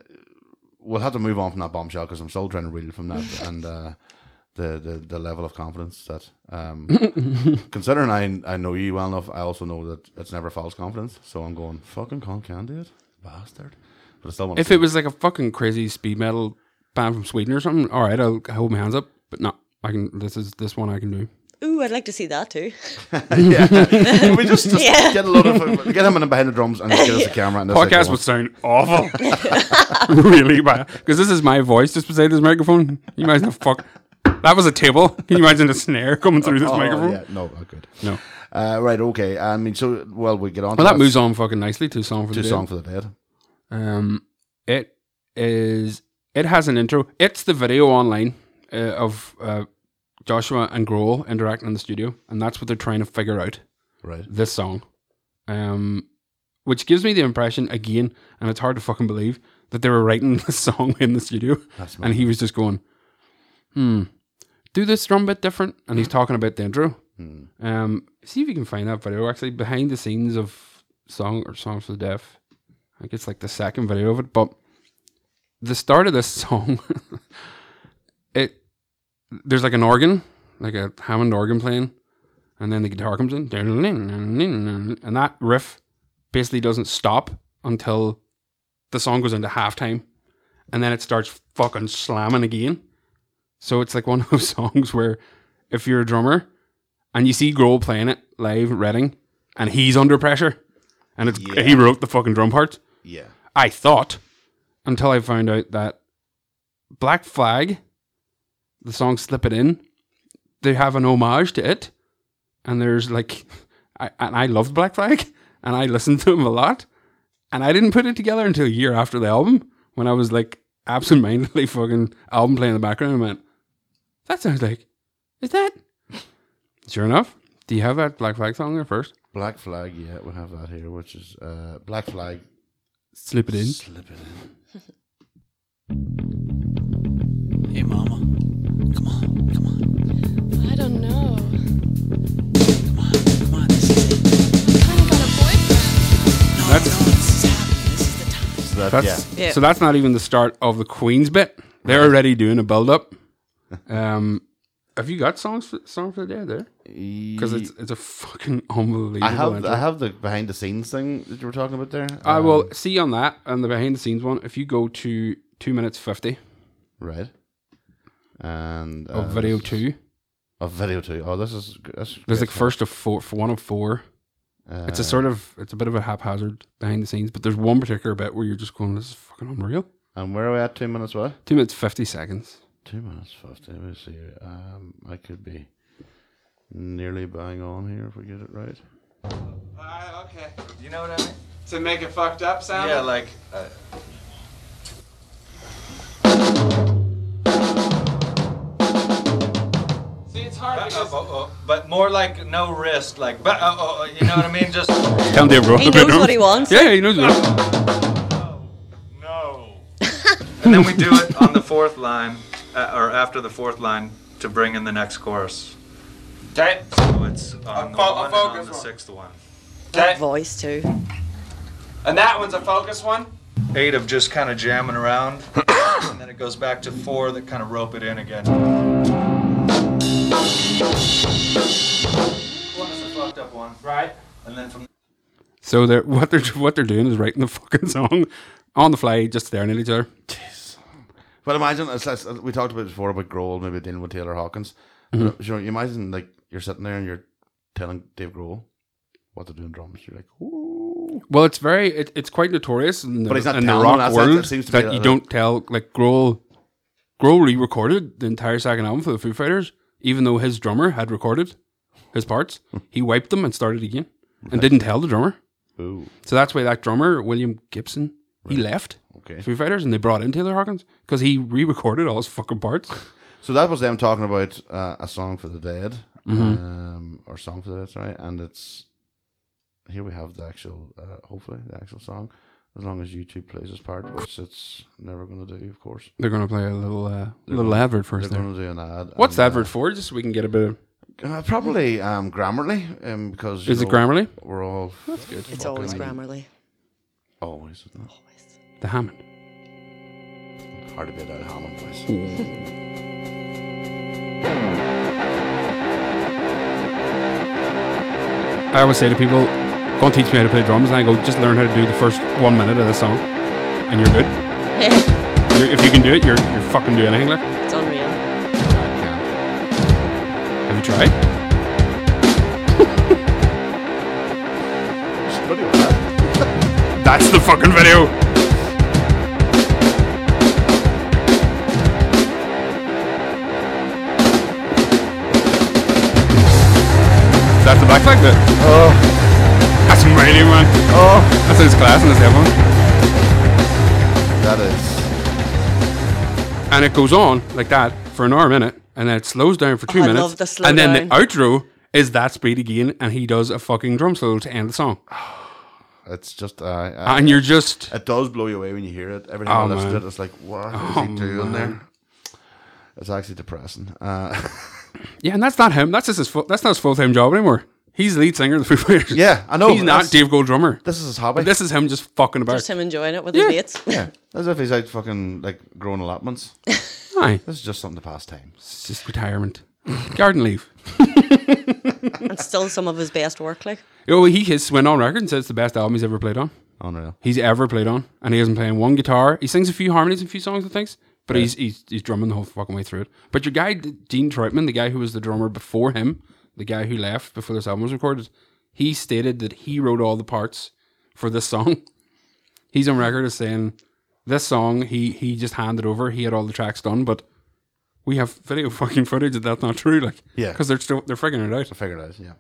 we'll have to move on from that bombshell because I'm still trying to reel from that and uh, the, the the level of confidence that, um, considering I I know you well enough, I also know that it's never false confidence. So I'm going fucking con can do it, bastard. But I still want.
if it was like a fucking crazy speed metal band from sweden or something all right i'll hold my hands up but no i can this is this one i can do
Ooh, I'd like to see that too.
yeah, we just, just
Yeah.
get a load of get him in behind the drums and just get us a camera and that's it,
podcast
go on.
would sound awful really bad because this is my voice just beside this microphone can you imagine the fuck that was a table can you imagine the snare coming through this
Oh,
microphone
yeah, no, oh, good.
no
Uh, right, okay. I mean, so well, we get on.
well that moves on fucking nicely to song for
To
the
song
dead
for the dead.
Um, it is. It has an intro. It's the video online uh, of uh, Joshua and Grohl interacting in the studio, and that's what they're trying to figure out.
Right.
This song, um, which gives me the impression again, and it's hard to fucking believe that they were writing this song in the studio,
That's
and he was just going, "Hmm, do this drum bit different," and he's talking about the intro. Um, see if you can find that video actually behind the scenes of song or songs for the deaf. I think it's like the second video of it, but the start of this song, it there's like an organ, like a Hammond organ playing, and then the guitar comes in, and that riff basically doesn't stop until the song goes into halftime, and then it starts fucking slamming again. So it's like one of those songs where if you're a drummer and you see Grohl playing it live at Reading, and he's under pressure, and it's
Yeah.
he wrote the fucking drum parts.
Yeah.
I thought until I found out that Black Flag, the song Slip It In, they have an homage to it. And there's like, I, and I loved Black Flag and I listened to him a lot. And I didn't put it together until a year after the album when I was like absent mindedly fucking album playing in the background and went, that sounds like, is that? Sure enough. Do you have that Black Flag song there first?
Black Flag, yeah, we have that here, which is uh, Black Flag.
Slip it in.
Slip it in.
Hey, mama. Come on, come on. I don't know.
That's,
So that,
that's,
yeah.
Yeah.
So that's not even the start of the Queen's bit. They're already doing a build up. Um, have you got songs for, song for the day there? Because it's it's a fucking unbelievable.
I have
intro.
I have the behind the scenes thing that you were talking about there.
I
Um,
will see on that and the behind the scenes one. If you go to two minutes fifty
Right. And
of
uh,
video
this-
two,
Of video two. Oh, this is g- this is
there's
great
like first of four, for one of four.
stuff.
It's a
Uh,
sort of it's a bit of a haphazard behind the scenes, but there's one particular bit where you're just going, "This is fucking unreal."
And where are we at? Two minutes what?
Two minutes fifty seconds.
Two minutes fifty. Let me see. here. Um, I could be nearly bang on here if we get it right.
Uh, okay. You know what I mean? To make it fucked up sound? Yeah, like. Uh... See, it's hard because.
But more like no wrist, like but oh, oh, oh, you know what I mean? Just
Come there, bro.
He knows what he wants.
Yeah, he knows. What he wants.
and then we do it on the fourth line uh, or after the fourth line to bring in the next chorus.
Okay.
So it's uh, on the
fo- a
one and
focus
on the
one.
sixth one.
That voice too.
And that one's a focus one?
Eight of just kind of jamming around, and then it goes back to four that kind of rope it in again. One is the fucked up one,
right?
And then from
So they're what they're what they're doing is writing the fucking song on the fly, just staring at each other.
But imagine it's like, we talked about it before about Grohl maybe dealing with Taylor Hawkins.
Mm-hmm.
But, you know, you imagine like you're sitting there and you're telling Dave Grohl what to do in drums. You're like, ooh.
Well, it's very it, it's quite notorious in the,
But he's not
in the
telling them,
rock
that's- that
world
seems to be
that
a-
you don't tell like Grohl. Grohl re-recorded the entire second album for the Foo Fighters, even though his drummer had recorded his parts. he wiped them and started again, and didn't tell the drummer.
Ooh.
So that's why that drummer William Gibson he left
Okay.
Foo Fighters, and they brought in Taylor Hawkins because he re-recorded all his fucking parts.
So that was them talking about uh, a song for the dead,
Mm-hmm.
um, or song for the dead, sorry. And it's here we have the actual, uh, hopefully the actual song, as long as YouTube plays this part, which it's never going to do, of course.
They're gonna play a little uh, little advert for us
They're
there.
going to do an ad.
What's the
and,
advert for? Just so we can get a bit of.
uh, uh, probably um, Grammarly, um, because you
Is it
know,
Grammarly?
We're all that's
good.
It's always Grammarly.
Always, isn't it?
The Hammond.
Hard to be that Hammond place.
I always say to people, "Don't teach me how to play drums." And I go, "Just learn how to do the first one minute of this song, and you're good.
it's
You're, if you can do it, you're you're fucking doing anything." Like,
unreal.
have you tried? That's the fucking video. That's the black flag bit. Oh, that's really man. Oh, that's his class and his headphones.
That is.
and it goes on like that for an hour minute, and then it slows down for two
Oh, I
minutes,
love the slow
and then the
down.
outro is that speed again, and he does a fucking drum solo to end the song,
Ah, It's just. Uh, uh,
and you're just
it does blow you away when you hear it. Every time
Oh,
I listen
man.
to it, it's like, what is
Oh,
he doing
man.
there? It's actually depressing. Uh,
yeah, and that's not him. That's just his fu- that's not his full time job anymore. He's the lead singer of the Foo Fighters.
Yeah, I know,
He's
but
not
that's-
Dave Gold drummer.
this is his hobby.
But this is him just fucking about.
Just him enjoying it with
Yeah.
his mates.
yeah, as if he's out fucking like growing allotments.
Aye,
This is just something to pass time.
it's just retirement, garden leave.
and still some of his best work. Like
Oh, he his went on record and said it's the best album he's ever played on.
Unreal.
He's ever played on, and he isn't playing one guitar. He sings a few harmonies and a few songs and things, but he's, he's he's drumming the whole fucking way through it. But your guy D- Dean Troutman, the guy who was the drummer before him, the guy who left before this album was recorded, he stated that he wrote all the parts for this song. He's on record as saying this song he he just handed over. He had all the tracks done, but we have video fucking footage that that's not true. Like
Yeah.
because they're still they're figuring it out.
I figured it out. Yeah.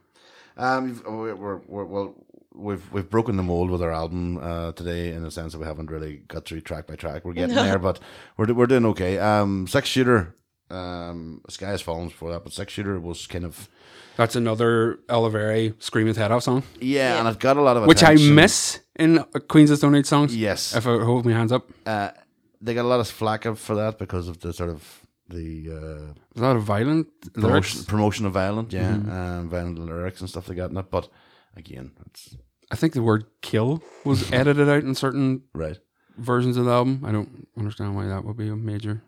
Um, you've- we're, we're, we're, well, we've we've broken the mold with our album uh, today in the sense that we haven't really got through track by track. We're getting
No.
there, but we're do- we're doing okay. Um, Six Shooter, um, Sky has fallen before that, but Six Shooter was kind of
that's another Oliveri screaming his head off song.
yeah, and I've got a lot of
which I
attention.
miss in Queens of Stone Age songs.
Yes,
if I hold my hands up,
Uh, they got a lot of flack of- for that because of the sort of the uh,
a lot of violent lyrics.
promotion, promotion of violence, yeah,
Mhm.
um, violent lyrics and stuff they got in it. But again, it's
I think the word "kill" was edited out in certain
Right.
versions of the album. I don't understand why that would be a major.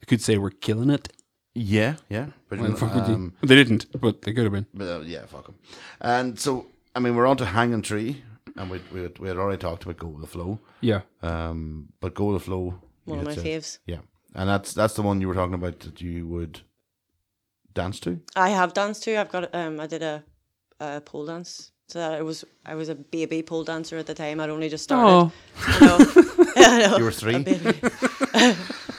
You could say we're killing it.
Yeah, yeah. But,
But fuck would
um,
you? They didn't, but they could have been.
But, uh, yeah, fuck 'em. And so, I mean, we're on to Hanging Tree, and we we had, we had already talked about Go with the Flow.
Yeah.
Um, but Go with the Flow. you
One of
had
my
said-
faves.
Yeah, and that's that's the one you were talking about that you would dance to.
I have danced too. I've got um I did a, a pole dance. So I was I was a baby pole dancer at the time. I'd only just
Oh,
started. No. I know.
You were three?
A baby.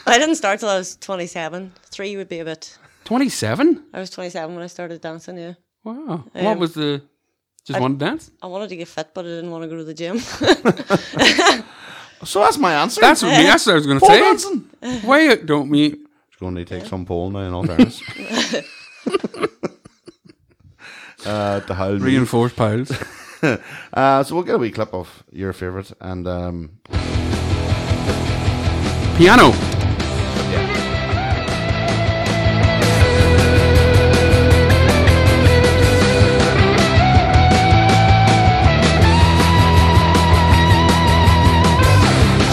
I didn't start till I was twenty seven. Three would be a bit
Twenty-seven.
I was twenty seven when I started dancing, yeah.
Wow.
Um,
what was the? Just
I-
one dance.
I wanted to get fit, but I didn't want to go to the gym.
So that's my answer.
That's what, me- that's what I was going to
Pole
say.
dancing.
Why don't we?
It's going to take some pole now, in all fairness. uh, the howl.
Reinforced piles.
uh, so we'll get a wee clip of your favourite and um,
Piano.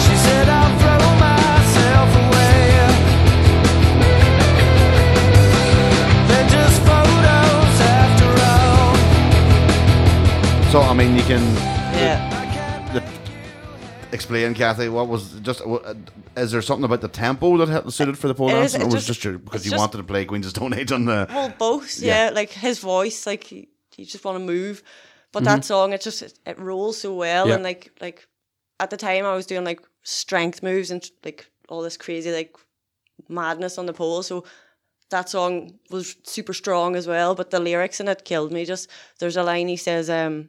She said I'll throw myself away. They're just photos after all.
So I mean, you can
Yeah.
the, the- explain, Kathy. What was just? uh, Is there something about the tempo that had- suited for the pole
It
dance, or
is, it
was it
just-
just your, because
it's
you
just-
wanted to play Queens of Stone Age on the?
Well, both,
Yeah.
yeah. Like his voice, like you you just want to move. But
Mhm.
that song, it just it, it rolls so well,
Yeah.
and like like at the time I was doing like strength moves and like all this crazy like madness on the pole, so. That song was super strong as well, but the lyrics in it killed me. Just there's a line he says, um,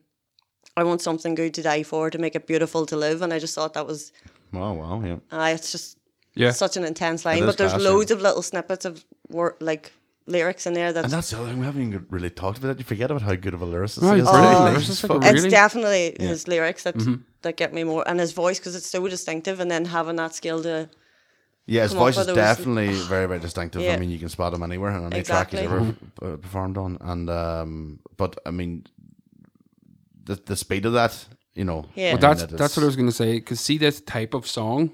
"I want something good to die for, to make it beautiful to live," and I just thought that was
Wow, Oh, wow, yeah.
uh, it's just
Yeah.
such an intense
It
line.
is
But there's
classy.
loads of little snippets of wor- like lyrics in there that
And that's the other thing we haven't even really talked about. It. You forget about how good of a lyricist
Oh,
he is.
he's brilliant. Lyricist, like a
Fuck.
it's definitely
Yeah.
his lyrics that
Mhm.
that get me more, and his voice because it's so distinctive, and then having that skill to
Yeah, his
come up
voice is
with those-
definitely very, very distinctive. I
Yeah.
mean, you can spot him anywhere on any track he's
Exactly.
ever uh, performed on. And um, but I mean, the the speed of that, you know. I
Well,
mean,
that's
that is-
that's what I was going to say. Because see, this type of song,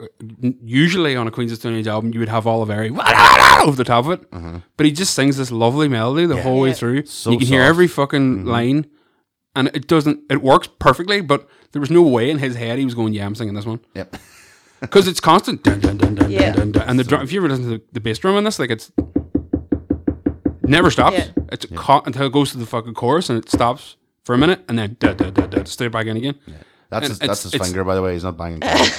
uh, n- usually on a Queens of Stone Age album, you would have Oliveri over the top of it, but he just sings this lovely melody the whole way through.
Uh-huh. So
you can hear
soft. Mm-hmm.
every fucking line, and it doesn't. It works perfectly, but there was no way in his head he was going, "Yeah, I'm singing this one."
Yep.
Because it's constant, dun, dun, dun, dun,
Yeah.
dun, dun, dun. and the drum. If you ever listen to the, the bass drum on this, like it's never stops.
Yeah.
It's caught until it goes to the fucking chorus and it stops for a minute and then da, da, da, da, straight back in again. And
That's his,
it's-
that's his
it's-
finger, by the way. He's not banging. He's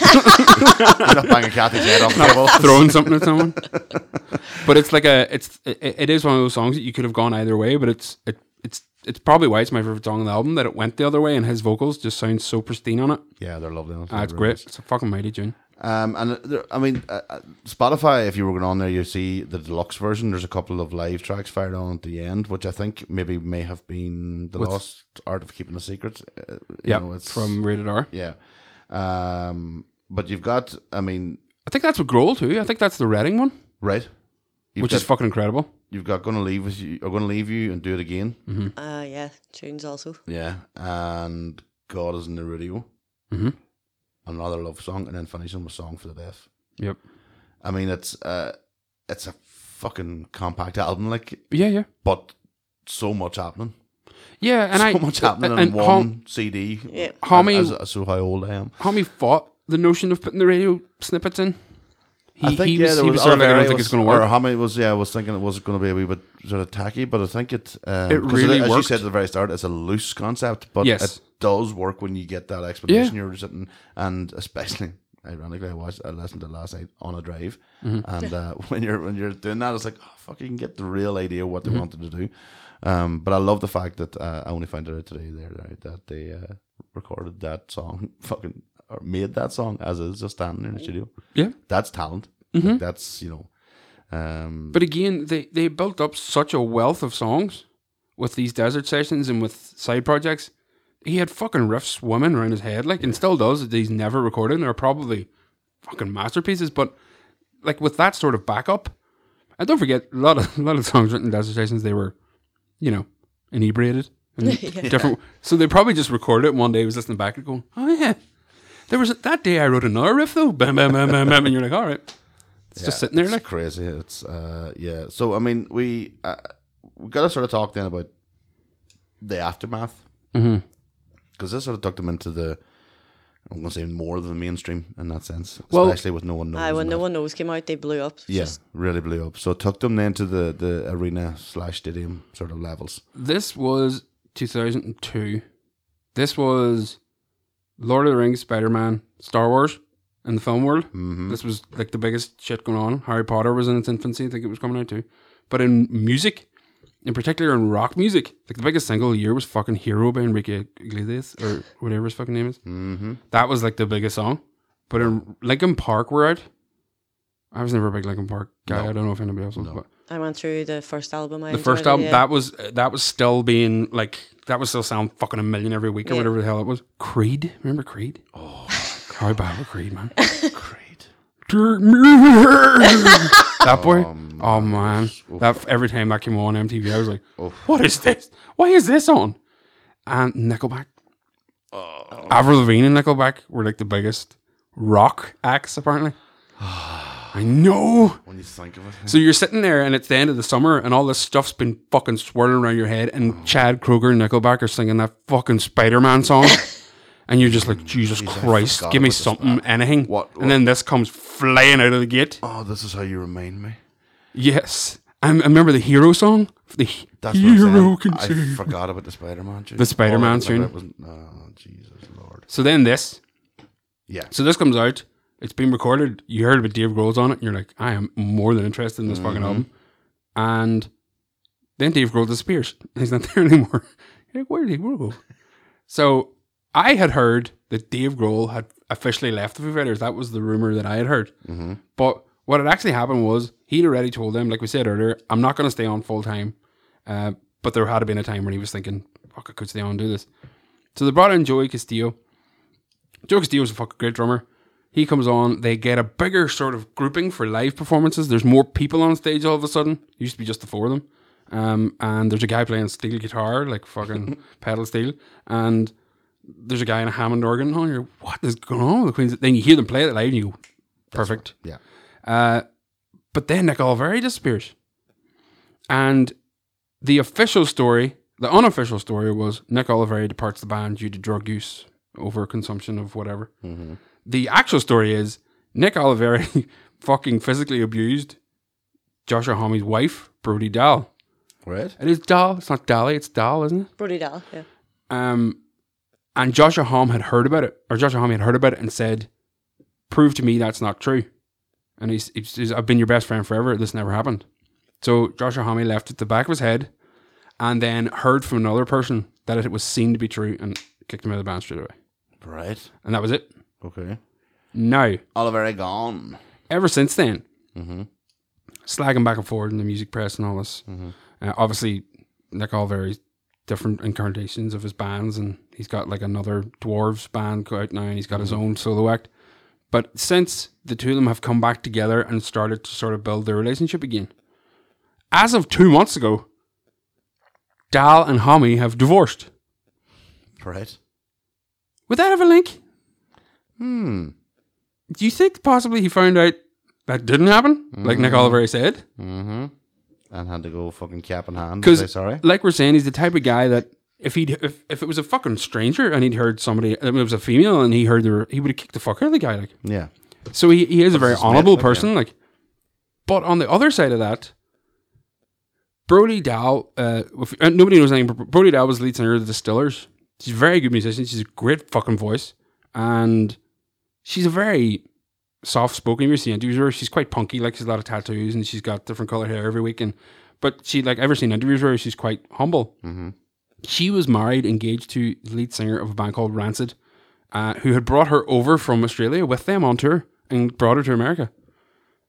not banging Kathy's head off the
Not
table.
throwing something at someone. but it's like a it's it, it is one of those songs that you could have gone either way, but it's it, it's it's probably why it's my favorite song on the album that it went the other way and his vocals just sound so pristine on it.
Yeah, they're lovely.
Ah, it's great. It's a fucking mighty tune.
Um, and uh, there, I mean, uh, uh, Spotify. If you were going on there, you see the deluxe version. There's a couple of live tracks fired on at the end, which I think maybe may have been the
With-
lost art of keeping a secret. Uh, you
Yeah,
know, it's
from Rated R.
Yeah, um, but you've got. I mean,
I think that's what Grohl too. I think that's the Reading one.
right,
Which is fucking incredible.
You've got going to leave with you. Are going to leave you and do it again.
uh yeah tunes also.
Yeah, and God is in the radio.
Mhm.
Another love song, and then finishing with "Song for the Deaf."
Yep.
I mean, it's uh, it's a fucking compact album, like
Yeah, yeah.
but so much happening.
Yeah, and
so
I-
much happening
and-
in
and
one
Hom-
CD.
Yeah.
And
Homie-
as- as so how old I am.
Tommy fought the notion of putting the radio snippets in. He,
I think
he
yeah,
was,
there
he
was
was sort of like, I
Oliveri
don't think
was-
it's going to
Or
work.
how many was yeah? I was thinking it was going to be a wee bit sort of tacky, but I think it. Um,
It
'cause
really
As you
worked.
said at the very start, it's a loose concept, but
Yes.
it does work when you get that explanation. You're sitting and especially. Ironically, I watched, I listened to last night on a drive,
Mhm.
and uh, when you're when you're doing that, it's like, oh fuck, you can get the real idea of what they
Mhm.
wanted to do, Um, but I love the fact that uh, I only found it out today there right, that they uh, recorded that song, fucking or made that song as is, just standing in the studio.
Yeah.
that's talent.
Mhm.
Like, that's you know. Um,
But again, they, they built up such a wealth of songs with these desert sessions and with side projects. He had fucking riffs swimming around his head, like, and still does. that He's never recorded, and are probably fucking masterpieces. But like with that sort of backup, and don't forget, a lot of a lot of songs written in desert sessions, they were, you know, inebriated, and
Yeah.
different. So they probably just recorded it one day. Was listening back and going, oh yeah, there was that day I wrote another riff though, bam, bam, bam, bam, bam, and you're like, all right, it's just sitting there,
it's
like
crazy. It's uh, yeah. So I mean, we uh, we got to sort of talk then about the aftermath
Mhm.
because this sort of took them into the I'm going to say more than the mainstream in that sense,
Well-
especially with no one knows.
Aye, when
and
no
that.
one knows came out, they blew up.
yeah,
Just-
really blew up. So it took them then to the the arena slash stadium sort of levels.
This was 2002. This was Lord of the Rings, Spider Man, Star Wars, and the film world.
Mm-hmm.
Mhm.
This was like the biggest shit going on. Harry Potter was in its infancy. I think it was coming out too. But in music, in particular in rock music, like the biggest single of the year was fucking Hero by Enrique Iglesias or whatever his fucking name is.
Mm-hmm.
That was like the biggest song. But in Lincoln Park were out. I was never a big Lincoln Park guy.
No.
I don't know if anybody else was. But
I went through the first album. I
the first
enjoyed it,
album
yeah.
that was that was still being like that was still sound fucking a million every week or
Yeah.
whatever the hell it was. Creed, remember Creed? Oh, how about Creed, man? Creed. that boy. Oh man, that every time that came on MTV, I was like, "What is this? Why is this on?" And Nickelback, Avril Lavigne and Nickelback were like the biggest rock acts apparently. I know.
When you think of it,
So you're sitting there, and it's the end of the summer, and all this stuff's been fucking swirling around your head, and Chad Kroger and Nickelback are singing that fucking Spider Man song, and you're just like, Jesus Christ,
forgot
give me
about this
something, anything. And then this comes flying out of the gate.
Oh, this is how you remind me.
Yes, I, I remember the Hero song. The he-
That's what I'm saying.
Hero can
I
save.
forgot about the Spider-Man tune.
The Spider-Man
All I could think
tune.
about was- Oh, Jesus Lord.
So then this.
Yeah.
So this comes out. It's been recorded. You heard about Dave Grohl's on it. And you're like, I am more than interested in this fucking
Mhm.
album. And then Dave Grohl disappears. He's not there anymore. You're like, where did Dave Grohl go? so I had heard that Dave Grohl had officially left the Foo Fighters. That was the rumor that I had heard.
Mhm.
But what had actually happened was he'd already told them, like we said earlier, I'm not going to stay on full time. Uh, but there had been a time when he was thinking, fuck, I could stay on and do this. So they brought in Joey Castillo. Joe Castillo's a fucking great drummer. He comes on, they get a bigger sort of grouping for live performances. There's more people on stage all of a sudden. It used to be just the four of them. Um, and there's a guy playing steel guitar, like fucking pedal steel. And there's a guy in a Hammond organ. on. you're, what is going on with the Queens? Then you hear them play it live and you go, perfect.
Yeah.
Uh, but then Nick Oliveri disappears. And the official story, the unofficial story was Nick Oliveri departs the band due to drug use, overconsumption of whatever. The actual story is Nick Oliveri fucking physically abused Joshua Homme's wife, Brody Dahl.
Right.
It is Dahl. It's not Dally, it's Dahl, isn't it?
Brody Dahl, yeah.
Um, and Joshua Hom had heard about it, or Joshua Hom had heard about it and said, "Prove to me that's not true." And he's, he's, he's I've been your best friend forever. This never happened. So Joshua Homme left at the back of his head, and then heard from another person that it was seen to be true, and kicked him out of the band straight away.
Right.
And that was it.
Okay.
Now,
Oliver er gone.
ever since then,
Mm-hmm.
slagging back and forward in the music press and all this. Uh, obviously, Nick Oliveri's different incarnations of his bands, and he's got like another Dwarves band go out now, and he's got his
Mhm.
own solo act. But since the two of them have come back together and started to sort of build their relationship again, as of two months ago, Dal and Homie have divorced.
Right.
Would that have a link?
Hmm.
Do you think possibly he found out that didn't happen, like Nick
Mhm.
Oliveri said?
Mm-hmm. And had to go fucking cap in hand. and say
Because,
sorry.
like we're saying, he's the type of guy that if he would if, if it was a fucking stranger and he'd heard somebody, I mean, it was a female, and he heard her, he would have kicked the fuck out of the guy. Like,
Yeah.
so he, he is a very
his mate,
honorable
like, yeah.
person. Like, but on the other side of that, Brody Dow, uh, if, uh, nobody knows anything. But Brody Dow was the lead singer of the Distillers. She's a very good musician. She's a great fucking voice, and she's a very soft spoken. You see interviews with her. She's quite punky. Like she's a lot of tattoos, and she's got different color hair every week. And But she like I've ever seen interviews where she's quite humble.
Mm-hmm.
She was married, engaged to the lead singer of a band called Rancid, uh, who had brought her over from Australia with them on tour and brought her to America.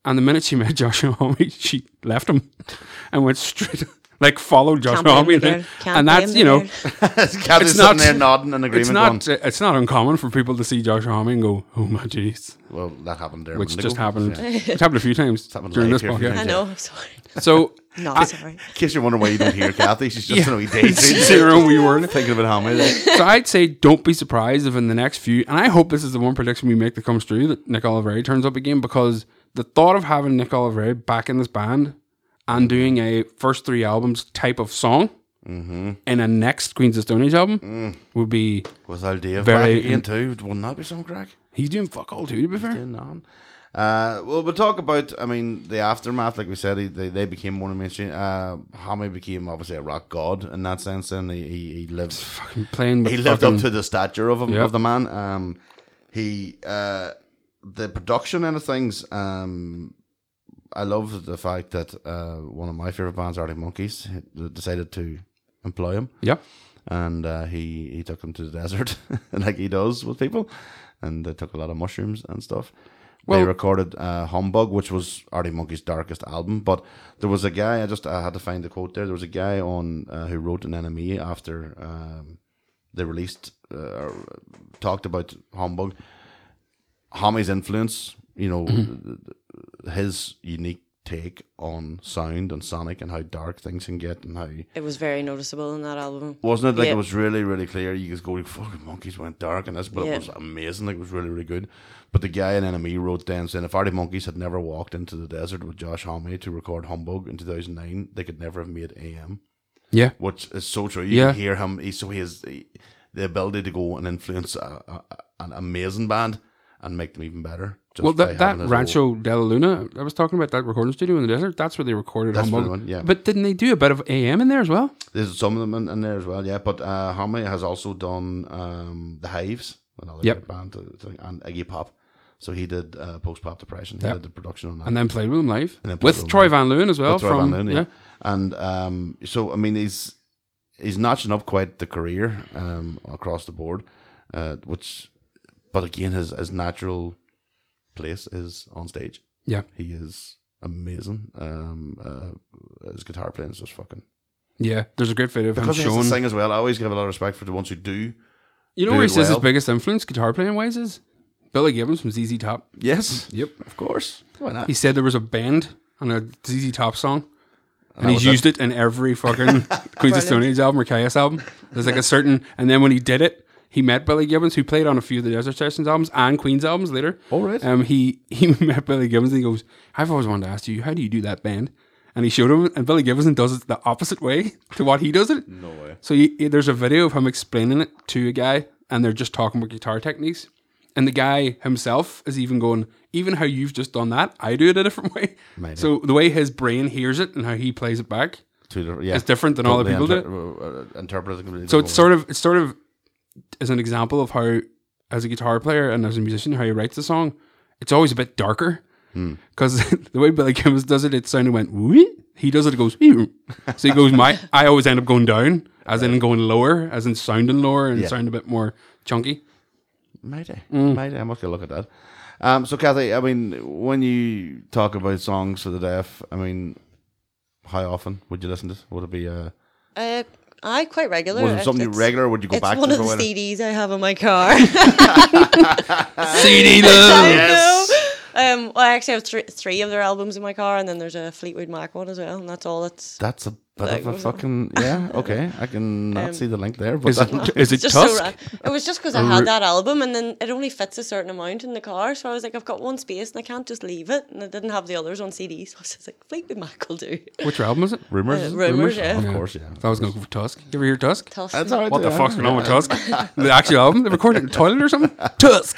And the minute she met Joshua Homme, she left him and went straight, like followed
Can't
Joshua Homme.
blame the
And,
girl. Can't
that's,
blame
you
the
know,
girl. Kathy's sitting there nodding in
It's
agreement
not, it's not uncommon for people to see Joshua Homme and go, oh my jeez.
Well, that happened there. a
Which
minute
just
ago.
happened.
Yeah.
It's happened a few times
It's happened
during
live
this
here a few
podcast.
times,
I
yeah.
know, I'm sorry.
So
Not
I-
sorry.
In case you're wondering why you don't hear Kathy, she's just in a wee
Yeah. She's in her
daydream.
own wee world.
Thinking about how many.
so I'd say don't be surprised if in the next few, and I hope this is the one prediction we make that comes true that Nick Oliveri turns up again because the thought of having Nick Oliveri back in this band and doing a first three albums type of song
Mm-hmm. Mm.
in a next Queens of Stone Age album would be
With old Dave
very
back again too. Wouldn't that be some crack?
He's doing fuck all too. To be fair,
Uh, well, we'll talk about. I mean, the aftermath. Like we said, he, they, they became more mainstream. Uh, Hammy became obviously a rock god in that sense, and he he, he lived
fucking playing. with
He lived
fucking-
up to the stature of him
Yep.
of the man. Um, he uh, the production end of things. Um, I love the fact that uh, one of my favorite bands, Arctic Monkeys, decided to employ him.
Yeah,
and uh, he he took him to the desert, like he does with people, and they took a lot of mushrooms and stuff. they
Well-
recorded uh, "Humbug," which was Artie Monkey's darkest album. But there was a guy I just I had to find the quote there. There was a guy on uh, who wrote an enemy after um, they released uh, or talked about "Humbug." Homie's influence, you know, his unique take on sound and sonic and how dark things can get and how
It was very noticeable in that album.
wasn't it? Like
Yeah.
it was really, really clear. You just go, like, fucking monkeys went dark and this, but
Yeah.
it was amazing. Like it was really, really good. But the guy in Enemy wrote down saying if Artie Monkeys had never walked into the desert with Josh Homme to record Humbug in 2009, they could never have made AM.
Yeah.
which is so true. You
Yeah.
can hear him. He, so he has the, the ability to go and influence a, a, a- an amazing band and make them even better. just
well,
by
that, that
having his own-
Rancho de la Luna I was talking about, that recording studio in the desert, that's where they recorded
That's where
Humbug.
the one- yeah.
But didn't they do a bit of AM in there as well?
There's some of them in, in there as well, yeah. But uh, Hammy has also done um, the Hives, another
Yep.
great band, uh, thing, and Iggy Pop. So he did uh, post pop depression. He
Yep.
did the production on that,
And then played with them live.
And then played
With
them
Troy
live.
Van Loon as well
With Troy
from-
Van Loon, yeah.
yeah.
And um, so I mean, he's he's notching up quite the career um, across the board, uh, which, but again, his his natural place is on stage.
Yeah.
he is amazing. Um, uh, his guitar playing is just fucking
Yeah, there's a great video of him
because that's the
showing-
thing as well. I always give a lot of respect for the ones who do.
You know
do
where he
it
says
well.
his biggest influence guitar playing wise is? Billy Gibbons from ZZ Top.
Yes.
Yep.
Of course. Why not?
He said there was a band on a ZZ Top song. And,
And that
he's
was
used it. in every fucking Queens of Stone Age album or Chaos album. There's like a certain, and then when he did it, he met Billy Gibbons, who played on a few of the Desert Sessions albums and Queens albums later.
All right.
Um, he he met Billy Gibbons and he goes, "I've always wanted to ask you, how do you do that band?" And he showed him, and Billy Gibbons does it the opposite way to what he does it.
No way.
So you, you- there's a video of him explaining it to a guy, and they're just talking about guitar techniques. And the guy himself is even going, even how you've just done that, I do it a different way.
Maybe.
So the way his brain hears it and how he plays it back
Two different- uh, yeah.
is different than all the people
Totally
do.
inter- uh, interpreted completely
So it's
different
sort of it's sort of as an example of how as a guitar player and as a musician how he writes a song, it's always a bit darker.
Hmm.
Because the way Billy Gibbons does it, it sounded went wee. He does it, it goes wee. So he goes my. I always end up going down, as in going lower, as in sounding lower and
Yeah.
sound a bit more chunky.
Mayday. Mayday. I must go look at that. Um, so, Kathy, I mean, when you talk about songs for the deaf, I mean, how often would you listen to it? Would it be uh,
Uh, I quite regular.
was it something you
It's-
regular? Or would you go
it's
back
one
to
of
for
the
a while?
CDs I have in my car.
CD
I
Yes.
know. Um, well, I actually have three, three of their albums in my car, and then there's a Fleetwood Mac one as well, and that's all. That's
That's a bit
Like,
of a fucking yeah. Okay, I can not
Um,
see the link there, but
Is it-
that-
is it
just so ra- It was just because I
Or-
had that album, and then it only fits a certain amount in the car, so I was like, I've got one space, and I can't just leave it, and I didn't have the others on CD, so I was just like, Fleetwood Mac will do.
Which album is it?
Rumours, Uh, is it? Rumours, yeah.
Of course, yeah,
That was going to go for Tusk. You ever hear Tusk?
Tusk.
That's all right,
What the
yeah.
fuck's going on with
Yeah.
Tusk? the actual album? They recorded it in the toilet or something? Tusk.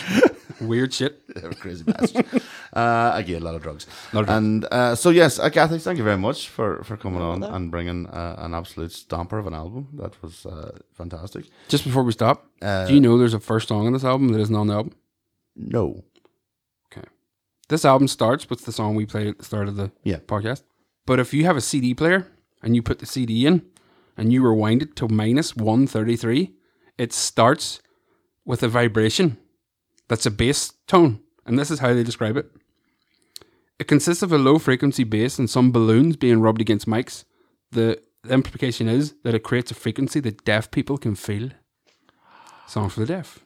Weird shit.
They're crazy bastards. uh, again, a lot of drugs.
Lot of drugs.
and uh, so, yes, uh, Kathy, thank you very much for, for coming on
bother.
and bringing uh, an absolute stomper of an album. That was uh, fantastic.
Just before we stop,
Uh,
do you know there's a first song on this album that isn't on the album?
No.
Okay. This album starts with the song we played at the start of the
Yeah.
podcast. But if you have a CD player and you put the CD in and you rewind it to minus 133, it starts with a vibration that's a bass tone. And this is how they describe it. It consists of a low frequency bass and some balloons being rubbed against mics. The, the implication is that it creates a frequency that deaf people can feel. Song for the deaf.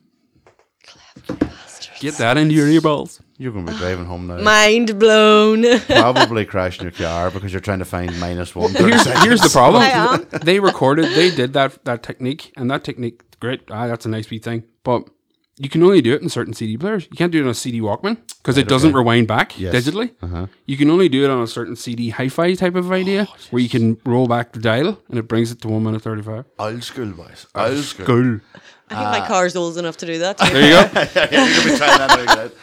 Get that into your earballs.
You're going to
Ah,
be driving home now.
Mind blown.
Probably crashing your car because you're trying to find minus one.
Here's, here's the problem.
I am.
they recorded, they did that that technique, and that technique, great. Ah, that's a nice wee thing. But you can only do it in certain CD players. You can't do it on a CD Walkman because
Right,
it doesn't
okay.
rewind back
Yes.
digitally.
Uh-huh.
You can only do it on a certain CD hi-fi type of idea where you can roll back the dial and it brings it to one minute thirty-five.
Old school, boys.
Old school.
I think my car's old enough to do that.
Ah. There you go.
yeah, you're gonna be trying that very good.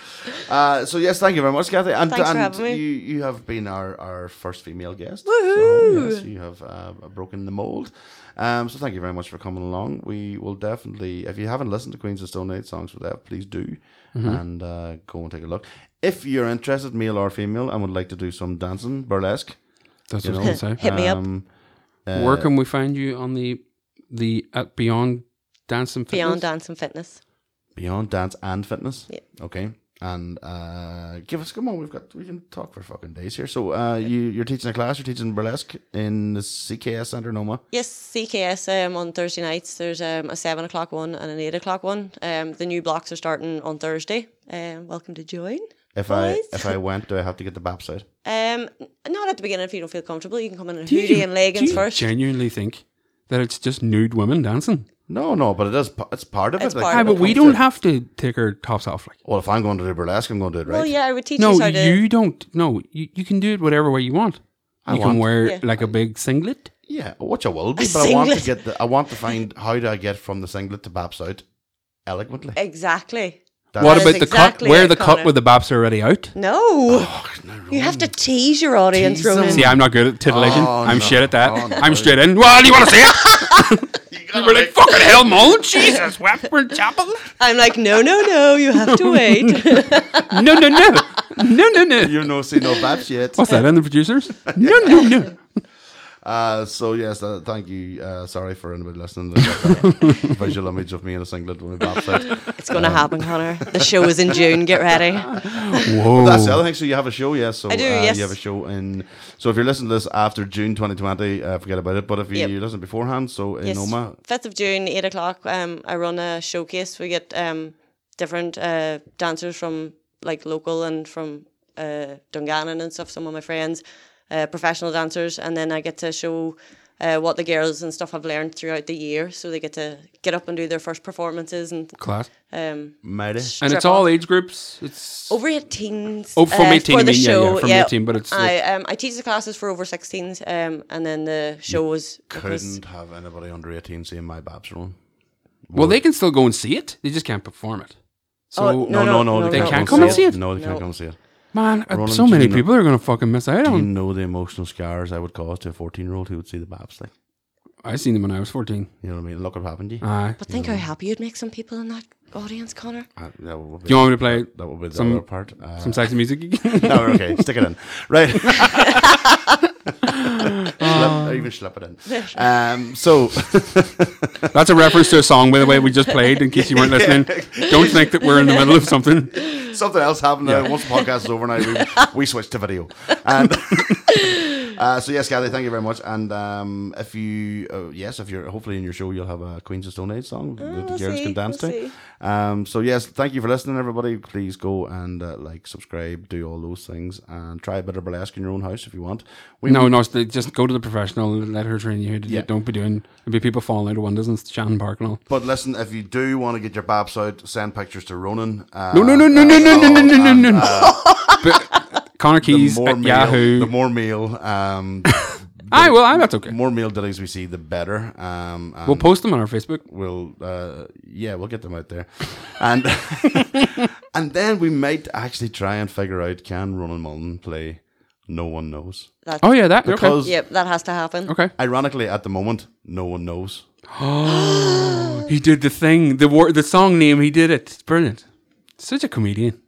Uh, so yes, thank you very much, Kathy. And,
Thanks for
and
having me.
You, you have been our, our first female guest. So
Woohoo!
yes, you have uh, broken the mold. Um, so thank you very much for coming along. We will definitely, if you haven't listened to Queens of Stone Age songs for that, please do
Mhm.
and uh, go and take a look. If you're interested, male or female, and would like to do some dancing burlesque,
That's
you
what I was
know,
gonna say. Hit me up.
uh,
Where can we find you on the the at Beyond Dance and Fitness?
Beyond dance and fitness.
Beyond Dance and Fitness.
Yeah.
Okay. And uh, give us come on, we've got we can talk for fucking days here. So uh, you you're teaching a class, you're teaching burlesque in the CKS Centre Noma.
Yes, CKS um, on Thursday nights. There's um, a seven o'clock one and an eight o'clock one. Um, the new blocks are starting on Thursday. Um, welcome to join.
If
boys.
I if I went, do I have to get the BAPS out?
Um, not at the beginning if you don't feel comfortable. You can come in in a
Do you-
hoodie and leggings
do you
first.
Genuinely think that it's just nude women dancing.
No, no, but it is pa- it's part of
It's
it.
part
Ah,
of
but
it.
we don't have to take our tops off. Like,
Well, if I'm going to do burlesque, I'm going to do it right.
Well, yeah, I would teach
no,
you how to.
you don't. No, you, you can do it whatever way you want.
I
you can
want-
wear
Yeah.
like a big singlet.
Yeah, which I will be,
A
but I want to
singlet.
get the I want to find how do I get from the singlet to BAPS out
Eh.
eloquently.
Exactly.
That
what
is
about the
exactly
cut? Wear
it,
the
Connor.
cut where the babs are already out.
No. you have to tease your audience,
Tease them.
Ronan.
See, I'm not good at titillation.
Oh,
I'm
no.
shit at that.
Oh, no.
I'm straight in. Well, you want to see it? you were like, fucking hell, Mo. Jesus, Westward Chapel.
I'm like, no, no, no. You have to wait.
No, no, no. No, no, no.
You know, see no BAPS yet.
What's that, in the producers? No, no, no.
Uh, so yes, uh, thank you. Uh, sorry for anybody listening. To that visual image of me in a singlet with my baps out.
it's going to happen, Connor. The show is in June. Get ready.
Whoa.
That's the other thing. So you have a show, yes? So
I do,
uh,
yes.
You have a show in. So if you're listening to this after June 2020, uh, forget about it. But if you
Yep.
listen beforehand, so in
Yes,
Oma,
fifth of June, eight o'clock. Um, I run a showcase. We get um different uh dancers from like local and from uh Dungannon and stuff. Some of my friends, uh, professional dancers, and then I get to show. Uh, what the girls and stuff have learned throughout the year, so they get to get up and do their first performances and
Class.
um,
mighty.
And it's
strip
all
off.
age groups. It's
over 18s.
Oh, from 18,
for the
you mean, yeah,
show,
yeah, from 18, but it's, uh,
I um I teach the classes for over 16s, um, and then the show was it was-
Couldn't have anybody under 18 seeing my babs run.
well, they can still go and see it. They just can't perform it. So
Oh,
No, no, no.
no,
they
no,
can't
no.
come and see it.
No, they can't
No.
come and see it.
Man, uh,
Roland,
so
do
many
you know-
people are going to fucking miss out
Do you
on.
know the emotional scars I would cause to a 14 year old who would see the babs thing?
I seen them when I was fourteen.
You know what I mean? Look what happened to you.
Aye.
But think how happy you'd make some people in that audience, Connor.
Oh.
Uh, that would be,
Do you want me to play
that would be the
some-
other part. Uh,
some sexy music?
no, we're okay. Stick it in. Right.
Oh.
Slip- even slip it in. Um, so,
That's a reference to a song, by the way, we just played. In case you weren't listening, don't think that we're in the middle of something.
something else happened. uh, once the podcast is over now, we, we switched to video. And uh, so, yes, Kathy, thank you very much. And um, if you, uh, yes, if you're hopefully in your show, you'll have a Queens of Stone Age song that the
Oh, we'll
girls
see,
can dance
we'll
to.
see.
Um, so, yes, thank you for listening, everybody. Please go and uh, like, subscribe, do all those things, and try a bit of burlesque in your own house if you want. We
No, no, st- just go to the professional. Let her train you.
Yeah.
Don't be doing. There'll be people falling out of windows and Shannon Park and all.
But listen, if you do want to get your babs out, send pictures to Ronan. Uh,
No, no, no, no, no, no, no, no, no, no,
and,
no. But Connor Keys
more
at
meal,
Yahoo.
The more meal, um,
Aye, well, aye, that's okay.
more meal dealings we see, the better. Um, and
We'll post them on our Facebook.
we'll uh, yeah, we'll get them out there, and and then we might actually try and figure out can Ronan Mullen play. No one knows
That,
Oh yeah, that
because
Yep, that has to happen.
okay. Okay,
ironically, at the moment, no one knows.
he did the thing. The war, the song name. He did it. It's brilliant. Such a comedian.